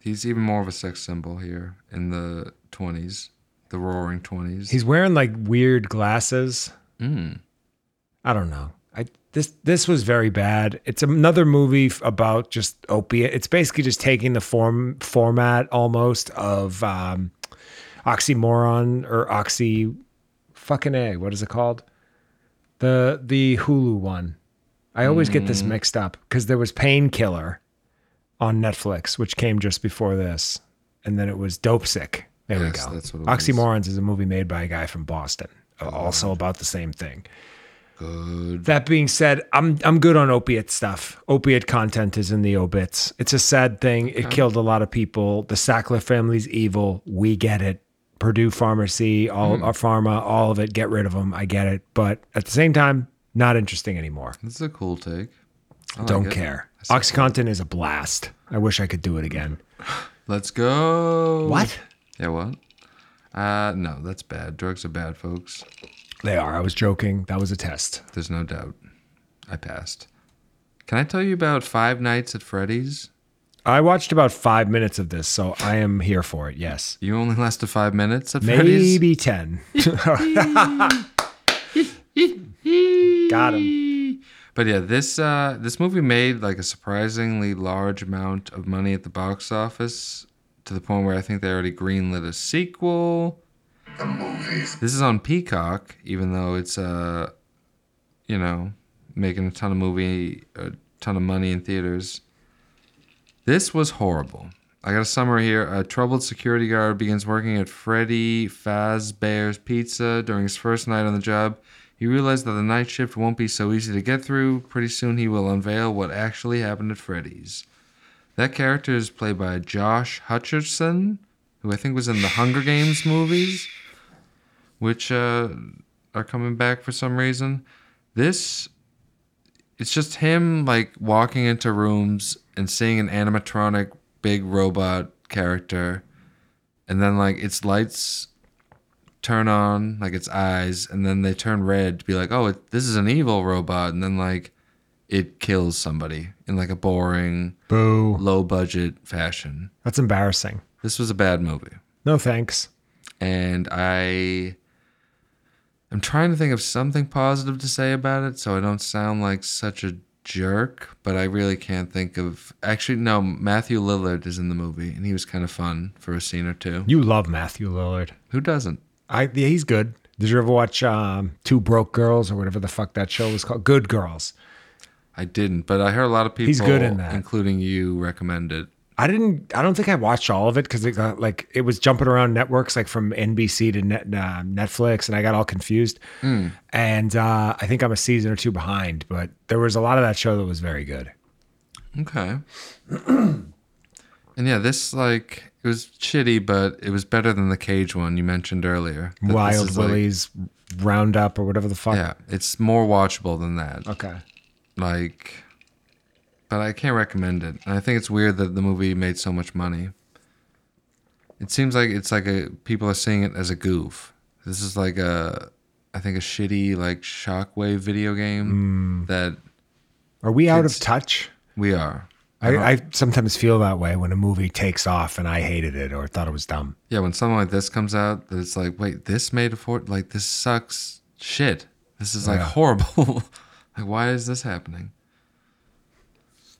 S4: He's even more of a sex symbol here in the twenties, the Roaring Twenties.
S5: He's wearing like weird glasses. I don't know. I this this was very bad. It's another movie f- about just opiate. It's basically just taking the form format almost of um, oxymoron or oxy fucking a. What is it called? The the Hulu one. I always get
S4: Mm.
S5: this mixed up because there was Painkiller on Netflix, which came just before this, and then it was Dope Sick. There we
S4: Yes,
S5: go.
S4: that's what it was.
S5: Oxymorons is a movie made by a guy from Boston, uh, also about the same thing.
S4: Good.
S5: That being said, I'm I'm good on opiate stuff. Opiate content is in the obits. It's a sad thing. It killed a lot of people. The Sackler family's evil. We get it. Purdue Pharmacy,
S4: Hmm.
S5: all our pharma, all of it. Get rid of them. I get it. But at the same time, not interesting anymore.
S4: This is a cool take. I like
S5: Don't
S4: it.
S5: care. OxyContin is a blast. I wish I could do it again.
S4: Let's go. Yeah, what? Uh, no, that's bad. Drugs are bad, folks.
S5: They are. I was joking. That was a test.
S4: There's no doubt. I passed. Can I tell you about Five Nights at Freddy's?
S5: I watched about five minutes of this, so I am here for it. Yes.
S4: You only lasted five minutes at Freddy's?
S5: Maybe 10. (laughs) Got him.
S4: But yeah, this uh, this movie made like a surprisingly large amount of money at the box office to the point where I think they already greenlit a sequel.
S10: the movies.
S4: This is on Peacock, even though it's uh, you know, making a ton of movie, a ton of money in theaters. This was horrible. I got a summary here. A troubled security guard begins working at Freddy Fazbear's Pizza during his first night on the job. He realizes that the night shift won't be so easy to get through. Pretty soon, he will unveil what actually happened at Freddy's. That character is played by Josh Hutcherson, who I think was in the Hunger Games movies which uh, are coming back for some reason. This, it's just him like walking into rooms and seeing an animatronic big robot character, and then like its lights turn on, like its eyes, and then they turn red to be like, oh, it, this is an evil robot, and then like it kills somebody in like a boring,
S5: Boo.
S4: low budget fashion.
S5: That's embarrassing.
S4: This was a bad movie
S5: No thanks.
S4: and I am trying to think of something positive to say about it so I don't sound like such a jerk, but I really can't think of actually no, Matthew Lillard is in the movie and he was kind of fun for a scene or two.
S5: You love Matthew Lillard.
S4: Who doesn't?
S5: I yeah, he's good. Did you ever watch um, Two Broke Girls or whatever the fuck that show was called? Good Girls.
S4: I didn't, but I heard a lot of people
S5: He's good in that.
S4: including you recommend it.
S5: I didn't. I don't think I watched all of it because it got like it was jumping around networks, like from NBC to net, uh, Netflix, and I got all confused.
S4: Hmm.
S5: And uh, I think I'm a season or two behind, but there was a lot of that show that was very good. (clears throat)
S4: Okay. and yeah, this like it was shitty, but it was better than the cage one you mentioned earlier. That this
S5: Wild
S4: is, like-
S5: Willie's Roundup or whatever the fuck.
S4: yeah, it's more watchable than that.
S5: Okay.
S4: like but i can't recommend it and i think it's weird that the movie made so much money it seems like it's like a people are seeing it as a goof this is like a i think a shitty like shockwave video game that
S5: Are we out of
S4: Kids-
S5: touch?
S4: we are
S5: I, I sometimes feel that way when a movie takes off and I hated it or thought it was dumb.
S4: yeah when something like this comes out that it's like wait this made a fort like this sucks shit this is like
S5: Yeah.
S4: horrible (laughs) like why is this happening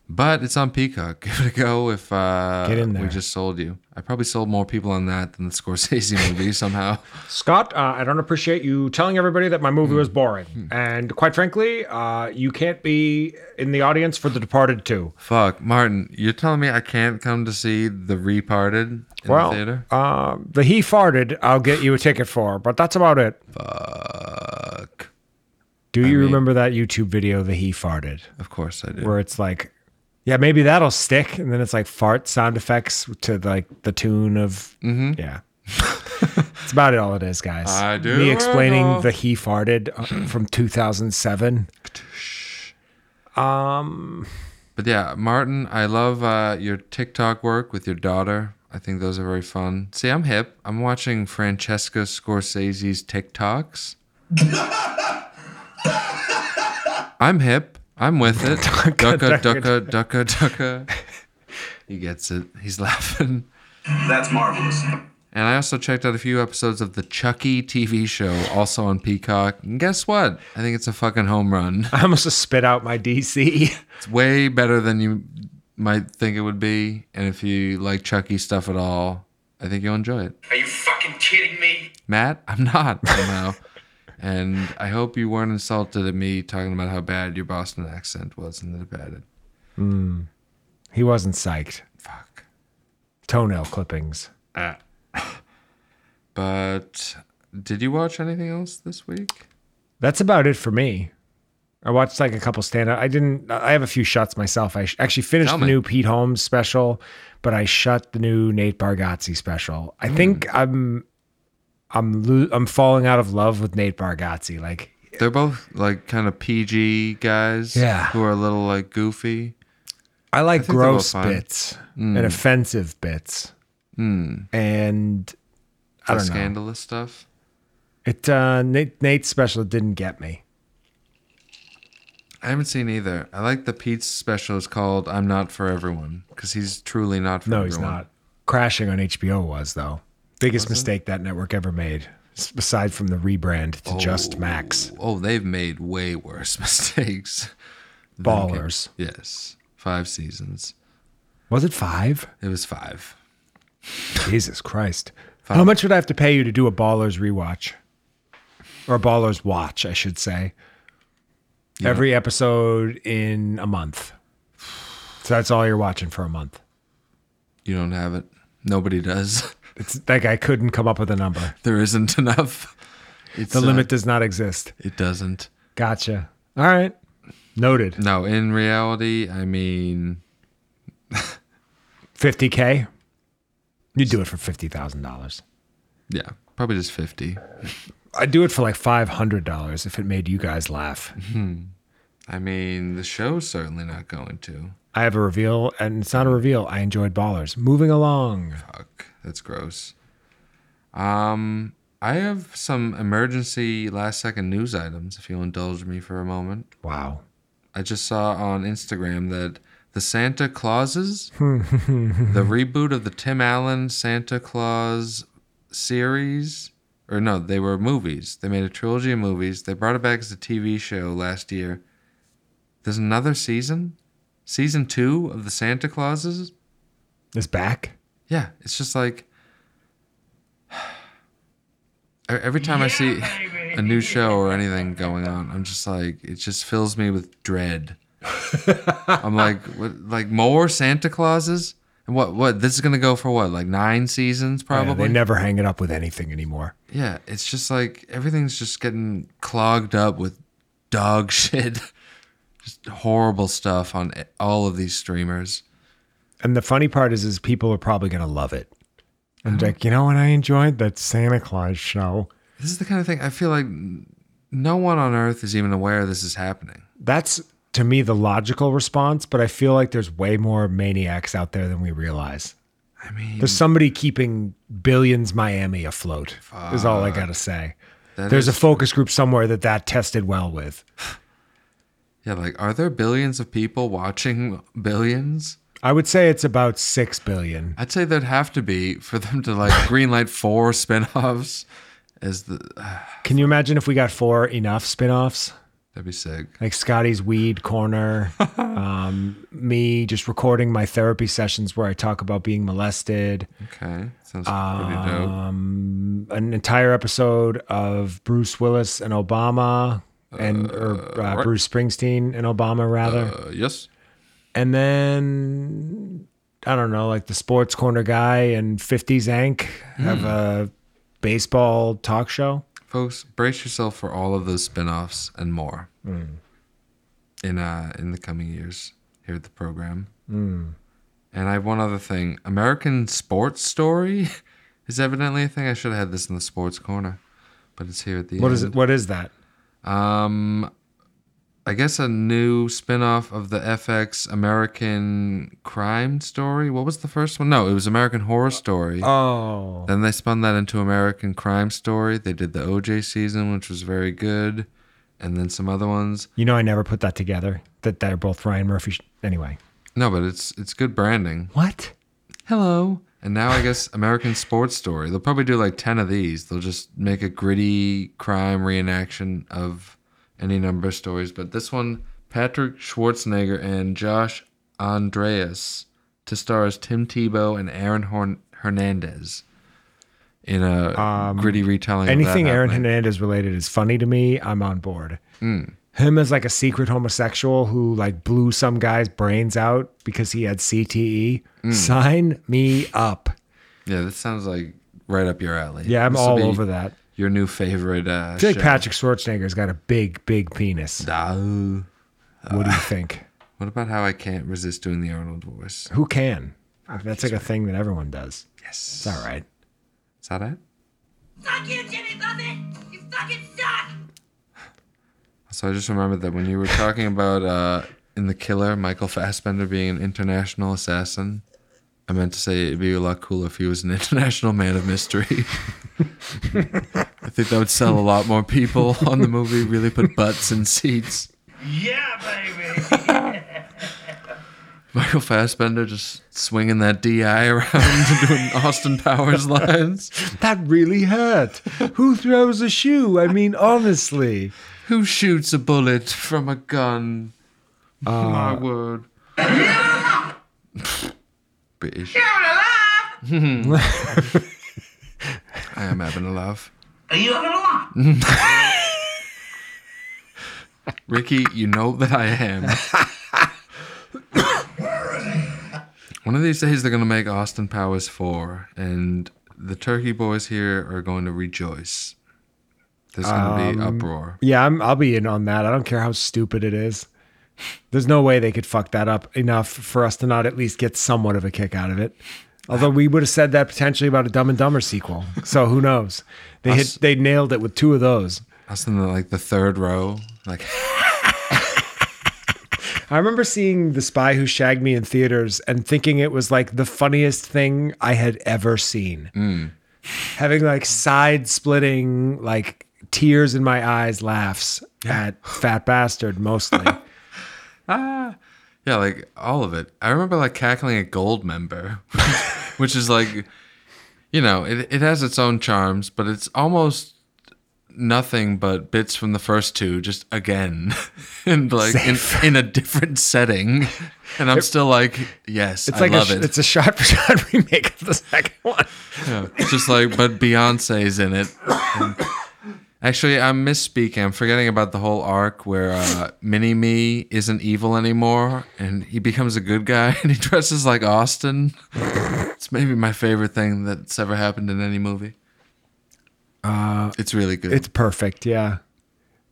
S4: but it's on peacock (laughs) give it a go if uh
S5: Get in
S4: we
S5: there.
S4: just sold you i probably sold more people on that than the (laughs) scorsese movie somehow (laughs)
S5: Scott, uh, I don't appreciate you telling everybody that my movie
S4: Hmm.
S5: was boring. And quite frankly, uh, you can't be in the audience for The Departed too.
S4: fuck martin you're telling me i can't come to see the reparted in
S5: Well,
S4: the theater
S5: uh, the he farted, I'll get you a ticket for, but that's about it.
S4: fuck
S5: Do you remember that YouTube video, the he farted,
S4: of course i do
S5: where it's like, yeah, maybe that'll stick, and then it's like fart sound effects to like the tune of, yeah. (laughs) it's about it all it is, guys.
S4: Mm-hmm. I do
S5: Me explaining
S4: recall.
S5: the he farted uh, from 2007.
S4: But yeah, Martin, I love uh, your TikTok work with your daughter. I think those are very fun. See, I'm hip. I'm watching Francesca Scorsese's TikToks. I'm hip. I'm with it. Ducka, ducka, ducka, ducka. He gets it. He's laughing.
S9: That's marvelous.
S4: And I also checked out a few episodes of the Chucky TV show, also on Peacock. And guess what? I think it's a fucking home run.
S5: (laughs) I almost just spit out my DC.
S4: It's way better than you might think it would be. And if you like Chucky stuff at all, I think you'll enjoy it.
S9: Are you fucking kidding me?
S4: Matt, I'm not somehow.
S5: (laughs)
S4: and I hope you weren't insulted at me talking about how bad your Boston accent was in the debated.
S5: (laughs) he wasn't psyched.
S4: Fuck.
S5: Toenail clippings. Ah.
S4: (laughs) But did you watch anything else this week?
S5: That's about it for me. I watched like a couple stand up. I didn't, I have a few shots myself. I sh- actually finished
S4: Tell
S5: the
S4: me.
S5: new Pete Holmes special, but I shut the new Nate Bargatze special.
S4: Hmm.
S5: I think I'm, I'm, lo- I'm falling out of love with Nate Bargatze. Like,
S4: They're both like kind of PG guys
S5: Yeah.
S4: who are a little like goofy.
S5: I like
S4: think they're both
S5: gross
S4: fine. Hmm.
S5: bits and offensive bits. And I
S4: the
S5: don't know.
S4: scandalous stuff.
S5: It, uh, Nate, Nate's special didn't get me.
S4: I haven't seen either. I like the Pete's special is called I'm Not For Everyone because he's truly not for
S5: No,
S4: everyone.
S5: he's not. Crashing on HBO was though. Biggest mistake that network ever made, s- aside from the rebrand to just Max.
S4: Oh, they've made way worse (laughs) mistakes. than Cam-
S5: Ballers.
S4: Yes. Five seasons.
S5: Was it five?
S4: It was five.
S5: Jesus Christ. How much would I have to pay you to do a Ballers rewatch? Or a Ballers watch, I should say. Every episode in a month. So that's all you're watching for a month.
S4: You don't have it. Nobody does. (laughs)
S5: It's like I couldn't come up with a number.
S4: There isn't enough. It's
S5: The
S4: uh,
S5: limit does not exist.
S4: It doesn't.
S5: Gotcha. All right. Noted.
S4: No, in reality, I mean,
S5: 50K. You'd do it for $50,000.
S4: yeah, probably just 50.
S5: I'd do it for like $500 if it made you guys laugh.
S4: I mean, the show's certainly not going to.
S5: I have a reveal, and it's not a reveal. I enjoyed Ballers. Moving along.
S4: Fuck, that's gross. Um, I have some emergency last second news items if you'll indulge me for a moment.
S5: Wow.
S4: I just saw on Instagram that the Santa Clauses, the reboot of the Tim Allen Santa Claus series, or no, they were movies. They made a trilogy of movies. They brought it back as a TV show last year. There's another season, season two of the Santa Clauses.
S5: Is back?
S4: Yeah, it's just like (sighs) e- every time I see a new show or anything going on, I'm just like it just fills me with dread. I'm like, what, like more Santa Clauses? And what? What? This is gonna go for what? Like nine seasons,
S5: Yeah,
S4: probably.
S5: they never hang it up with anything anymore.
S4: yeah, it's just like everything's just getting clogged up with dog (laughs) shit, just horrible stuff on e- all of these streamers.
S5: And the funny part is, is people are probably going to love it. And like, you know what? I enjoyed that Santa Claus show.
S4: This is the kind of thing I feel like n- no one on earth is even aware this is happening.
S5: That's to me the logical response, but I feel like there's way more maniacs out there than we realize.
S4: I mean,
S5: There's somebody keeping billions Miami afloat. Is all I gotta say.
S4: that
S5: There's a
S4: is-
S5: focus group somewhere that that tested well with.
S4: yeah, like are there billions of people watching (laughs) billions?
S5: I would say it's about six billion.
S4: I'd say there'd have to be for them to like greenlight four spinoffs. As the
S5: Can you imagine if we got four enough spin-offs?
S4: that'd be sick.
S5: like Scotty's
S4: (laughs)
S5: weed corner, um, me just recording my therapy sessions where I talk about being molested,
S4: Okay, sounds pretty dope.
S5: an entire episode of Bruce Willis and Obama, and or uh,
S4: right.
S5: Bruce Springsteen and Obama rather,
S4: Uh, yes,
S5: and then I don't know, like the sports corner guy and '50s Ank have a baseball talk show.
S4: folks, brace yourself for all of those spinoffs and more
S5: Mm.
S4: in uh in the coming years here at the program.
S5: Mm.
S4: And I have one other thing. American Sports Story (laughs) is evidently a thing. I should have had this in the sports corner, but it's here at the
S5: What
S4: end.
S5: is it? What is that?
S4: Um, I guess a new spin-off of the FX American Crime Story. What was the first one? No, it was American Horror Story.
S5: Oh,
S4: Then they spun that into American Crime Story. They did the OJ season, which was very good, and then some other ones.
S5: you know, I never put that together. That they're both Ryan Murphy. Sh- anyway,
S4: No, but it's it's good branding.
S5: what?
S4: Hello. And now I guess American Sports Story. They'll probably do like 10 of these. They'll just make a gritty crime reenaction of any number of stories. But this one, Patrick Schwarzenegger and Josh Andreas to star as Tim Tebow and Aaron Horn- Hernandez in a gritty retelling of
S5: Um, Anything
S4: that
S5: Aaron
S4: happening. Hmm.
S5: Hernandez related is funny to me. I'm on board. Him as like a secret homosexual who like blew some guy's brains out because he had CTE.
S4: Hmm.
S5: Sign me up.
S4: Yeah, this sounds like right up your alley.
S5: Yeah, I'm
S4: This'll
S5: all
S4: be
S5: over that.
S4: Your new favorite. Uh,
S5: I feel like
S4: show.
S5: Patrick Schwarzenegger's got a big, big penis.
S4: Oh.
S5: What do you think?
S4: What about how I can't resist doing the Arnold voice?
S5: Who can? Uh, That's like a thing that everyone does.
S4: Yes.
S5: It's all right.
S4: Is that it?
S2: Fuck you, Jimmy Buffett! You fucking suck!
S4: So I just remembered that when you were talking about uh, in The Killer, Michael Fassbender being an international assassin, I meant to say it'd be a lot cooler if he was an (laughs) international man of mystery. (laughs) I think that would sell a lot more people on the movie, really put butts in seats.
S2: Yeah, baby!
S4: Michael Fassbender just swinging that DI around (laughs) and doing Austin Powers lines.
S5: That really hurt. Who throws a shoe? I mean, honestly.
S4: Who shoots a bullet from a gun? Uh, (laughs) My word. British.
S2: You're alive!
S4: (laughs) I am having a laugh.
S2: Are you having a laugh?
S4: Ricky, you know that I am. One of these days, they're going to make Austin Powers 4, and the Turkey Boys here are going to rejoice. There's going to be uproar.
S5: Yeah, I'm, I'll be in on that. I don't care how stupid it is. There's no way they could fuck that up enough for us to not at least get somewhat of a kick out of it. Although we would have said that potentially about a Dumb and Dumber sequel. So who knows? They hit, they nailed it with two of those.
S4: Us in the, like the third row, like
S5: I remember seeing The Spy Who Shagged Me in theaters and thinking it was like the funniest thing I had ever seen. Having like side splitting, like tears in my eyes laughs at Fat Bastard mostly.
S4: Yeah, like all of it. I remember like cackling at Gold Member, (laughs) which is like, you know, it, it has its own charms, but it's almost nothing but bits from the first two, just again, (laughs) and like in, in a different setting. And I'm still like, yes,
S5: It's
S4: I
S5: like
S4: love
S5: a,
S4: it.
S5: it's a shot for (laughs) shot remake of the second one.
S4: Yeah, it's just like, but Beyonce's in it. And- actually, I'm misspeaking. I'm forgetting about the whole arc where uh, Mini Me isn't evil anymore and he becomes a good guy (laughs) and he dresses like Austin. It's maybe my favorite thing that's ever happened in any movie. Uh, it's really good.
S5: It's perfect, yeah.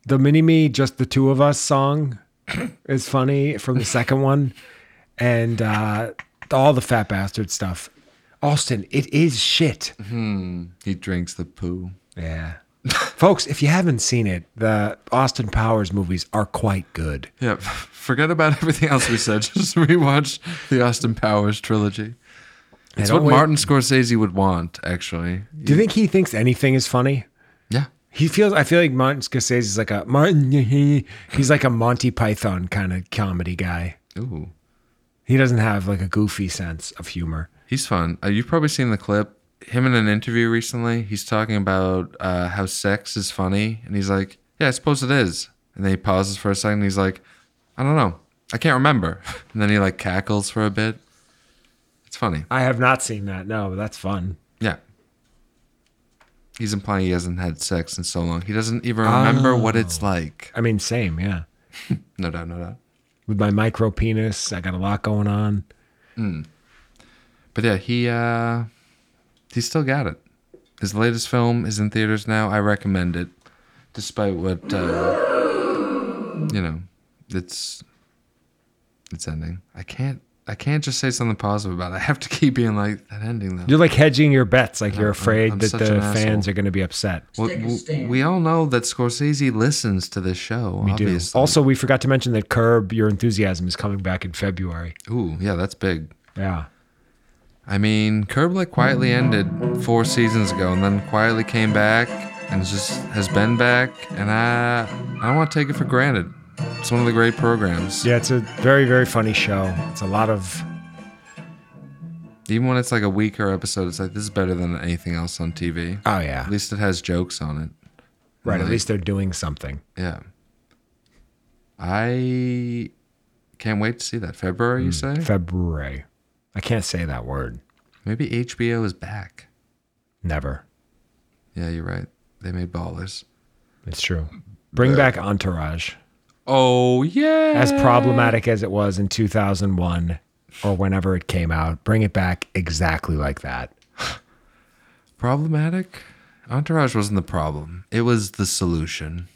S5: The mini me, just the two of us song (coughs) is funny from the second one, and uh, all the fat bastard stuff. Austin, it is shit.
S4: he drinks the poo.
S5: Yeah. Folks, if you haven't seen it, the Austin Powers movies are quite good.
S4: Yeah, (laughs) forget about everything else we said. (laughs) Just rewatch the Austin Powers trilogy. It's
S5: don't
S4: what
S5: wait-
S4: Martin Scorsese would want, actually.
S5: Do you think he thinks anything is funny?
S4: Yeah.
S5: He feels I feel like Martin Scorsese is like a Martin (laughs) he's like a Monty Python kind of comedy guy.
S4: Ooh.
S5: He doesn't have like a goofy sense of humor.
S4: He's fun. Uh, you've probably seen the clip. Him in an interview recently, he's talking about uh, how sex is funny, and he's like, "Yeah, I suppose it is." And then he pauses for a second. And he's like, "I don't know. I can't remember." (laughs) And then he like cackles for a bit. It's funny.
S5: I have not seen that. No, but that's fun.
S4: Yeah. He's implying he hasn't had sex in so long. He doesn't even remember what it's like.
S5: I mean, same, yeah.
S4: No doubt, no doubt.
S5: With my micro penis, I got a lot going on.
S4: But yeah, he uh he's still got it. His latest film is in theaters now. I recommend it, despite what uh, you know. It's it's ending. I can't I can't just say something positive about it. I have to keep being like that ending though.
S5: You're like hedging your bets, like you're afraid
S4: I'm
S5: that
S4: such
S5: the
S4: an
S5: fans
S4: asshole.
S5: are going to be upset.
S4: Well,
S3: Take a
S4: w-
S3: stand.
S4: we all know that Scorsese listens to this show.
S5: We do.
S4: obviously.
S5: Also, we forgot to mention that Curb Your Enthusiasm is coming back in February.
S4: ooh, yeah, that's big.
S5: Yeah.
S4: I mean, Curb like quietly ended four seasons ago, and then quietly came back, and it's just has been back. And I, I don't want to take it for granted. It's one of the great programs.
S5: Yeah, it's a very, very funny show. It's a lot of.
S4: Even when it's like a weaker episode, it's like this is better than anything else on TV.
S5: Oh, yeah.
S4: At least it has jokes on it.
S5: Right. At
S4: like-
S5: least they're doing something.
S4: Yeah. I can't wait to see that February. You
S5: Hmm.
S4: say
S5: February. I can't say that word.
S4: maybe HBO is back.
S5: Never.
S4: Yeah, you're right. They made ballers.
S5: It's true. Bring back Entourage.
S4: Oh yeah.
S5: As problematic as it was in 2001 or whenever it came out, bring it back exactly like that.
S4: problematic entourage wasn't the problem it was the solution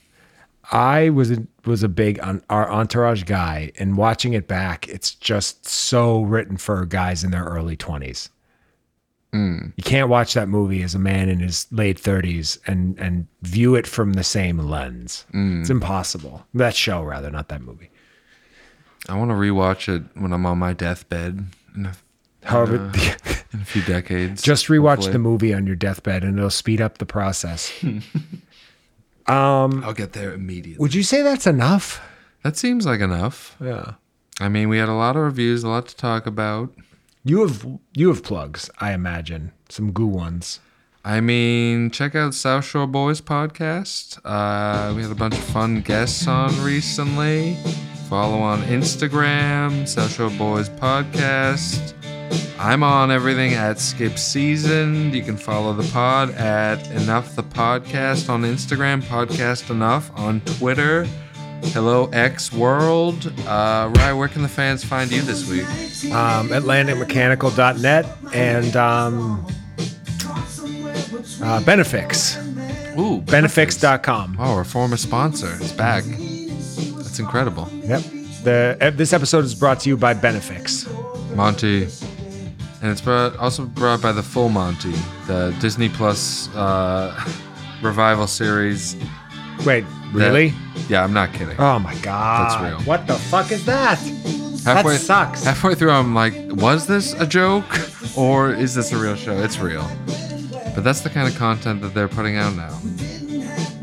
S5: I was a, was a big on our entourage guy, and watching it back, it's just so written for guys in their early twenties. You can't watch that movie as a man in his late thirties and and view it from the same lens. It's impossible. That show, rather, not that movie.
S4: i want to rewatch it when i'm on my deathbed in a,
S5: However,
S4: in a few decades
S5: (laughs) just rewatch
S4: hopefully.
S5: the movie on your deathbed, and it'll speed up the process.
S4: i'll get there immediately
S5: Would you say that's enough?
S4: that seems like enough
S5: Yeah.
S4: i mean we had a lot of reviews a lot to talk about
S5: You have you have plugs, I imagine, some goo ones.
S4: I mean, check out South Shore Boys podcast. Uh, we had a bunch of fun guests on recently. Follow on Instagram, South Shore Boys podcast. I'm on everything at Skip Season. You can follow the pod at Enough the Podcast on Instagram, Podcast Enough on Twitter. Hello, X World. Uh, Rye, where can the fans find you this week?
S5: um, AtlanticMechanical.net and um, uh, Benefix.
S4: Ooh,
S5: Benefix.com.
S4: Oh, our former sponsor is back. That's incredible.
S5: Yep. The, eh, this episode is brought to you by Benefix.
S4: Monty. And it's brought, also brought by the full Monty, the Disney Plus uh, (laughs) revival series.
S5: Wait,
S4: that-
S5: really?
S4: yeah, I'm not kidding.
S5: Oh my god.
S4: That's real.
S5: What the fuck is that?
S4: halfway,
S5: that sucks.
S4: Halfway through, I'm like, was this a joke (laughs) or is this a real show? It's real. But that's the kind of content that they're putting out now.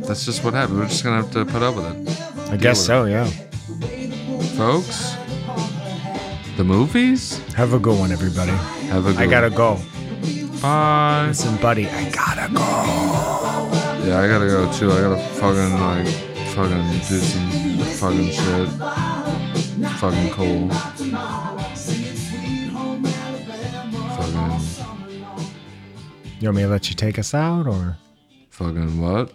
S4: That's just what happened. We're just going to have to put up with it.
S5: I guess so, yeah.
S4: Folks, the movies?
S5: Have a good one, everybody.
S4: Have a good
S5: I gotta go.
S4: one. Bye.
S5: Listen, buddy, I gotta go.
S4: Yeah, I gotta go too. I gotta fucking like fucking do some fucking shit. It's fucking cold. Fucking
S5: You want me to let you take us out or?
S4: fucking what?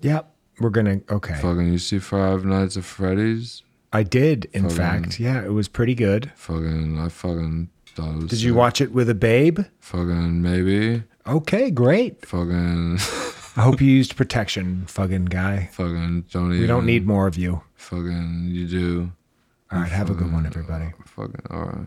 S5: Yep. We're gonna okay.
S4: Fucking you see Five Nights at Freddy's?
S5: I did, in
S4: Fucking-
S5: fact. Yeah, it was pretty good.
S4: Fucking I fucking thought it was
S5: Did you
S4: sick.
S5: watch it with a babe?
S4: Fucking maybe.
S5: Okay, great.
S4: Fucking (laughs)
S5: I hope you used protection, fucking guy.
S4: fucking don't even
S5: We don't need more of you.
S4: fucking you do.
S5: All right, have a good one, everybody.
S4: Fucking alright.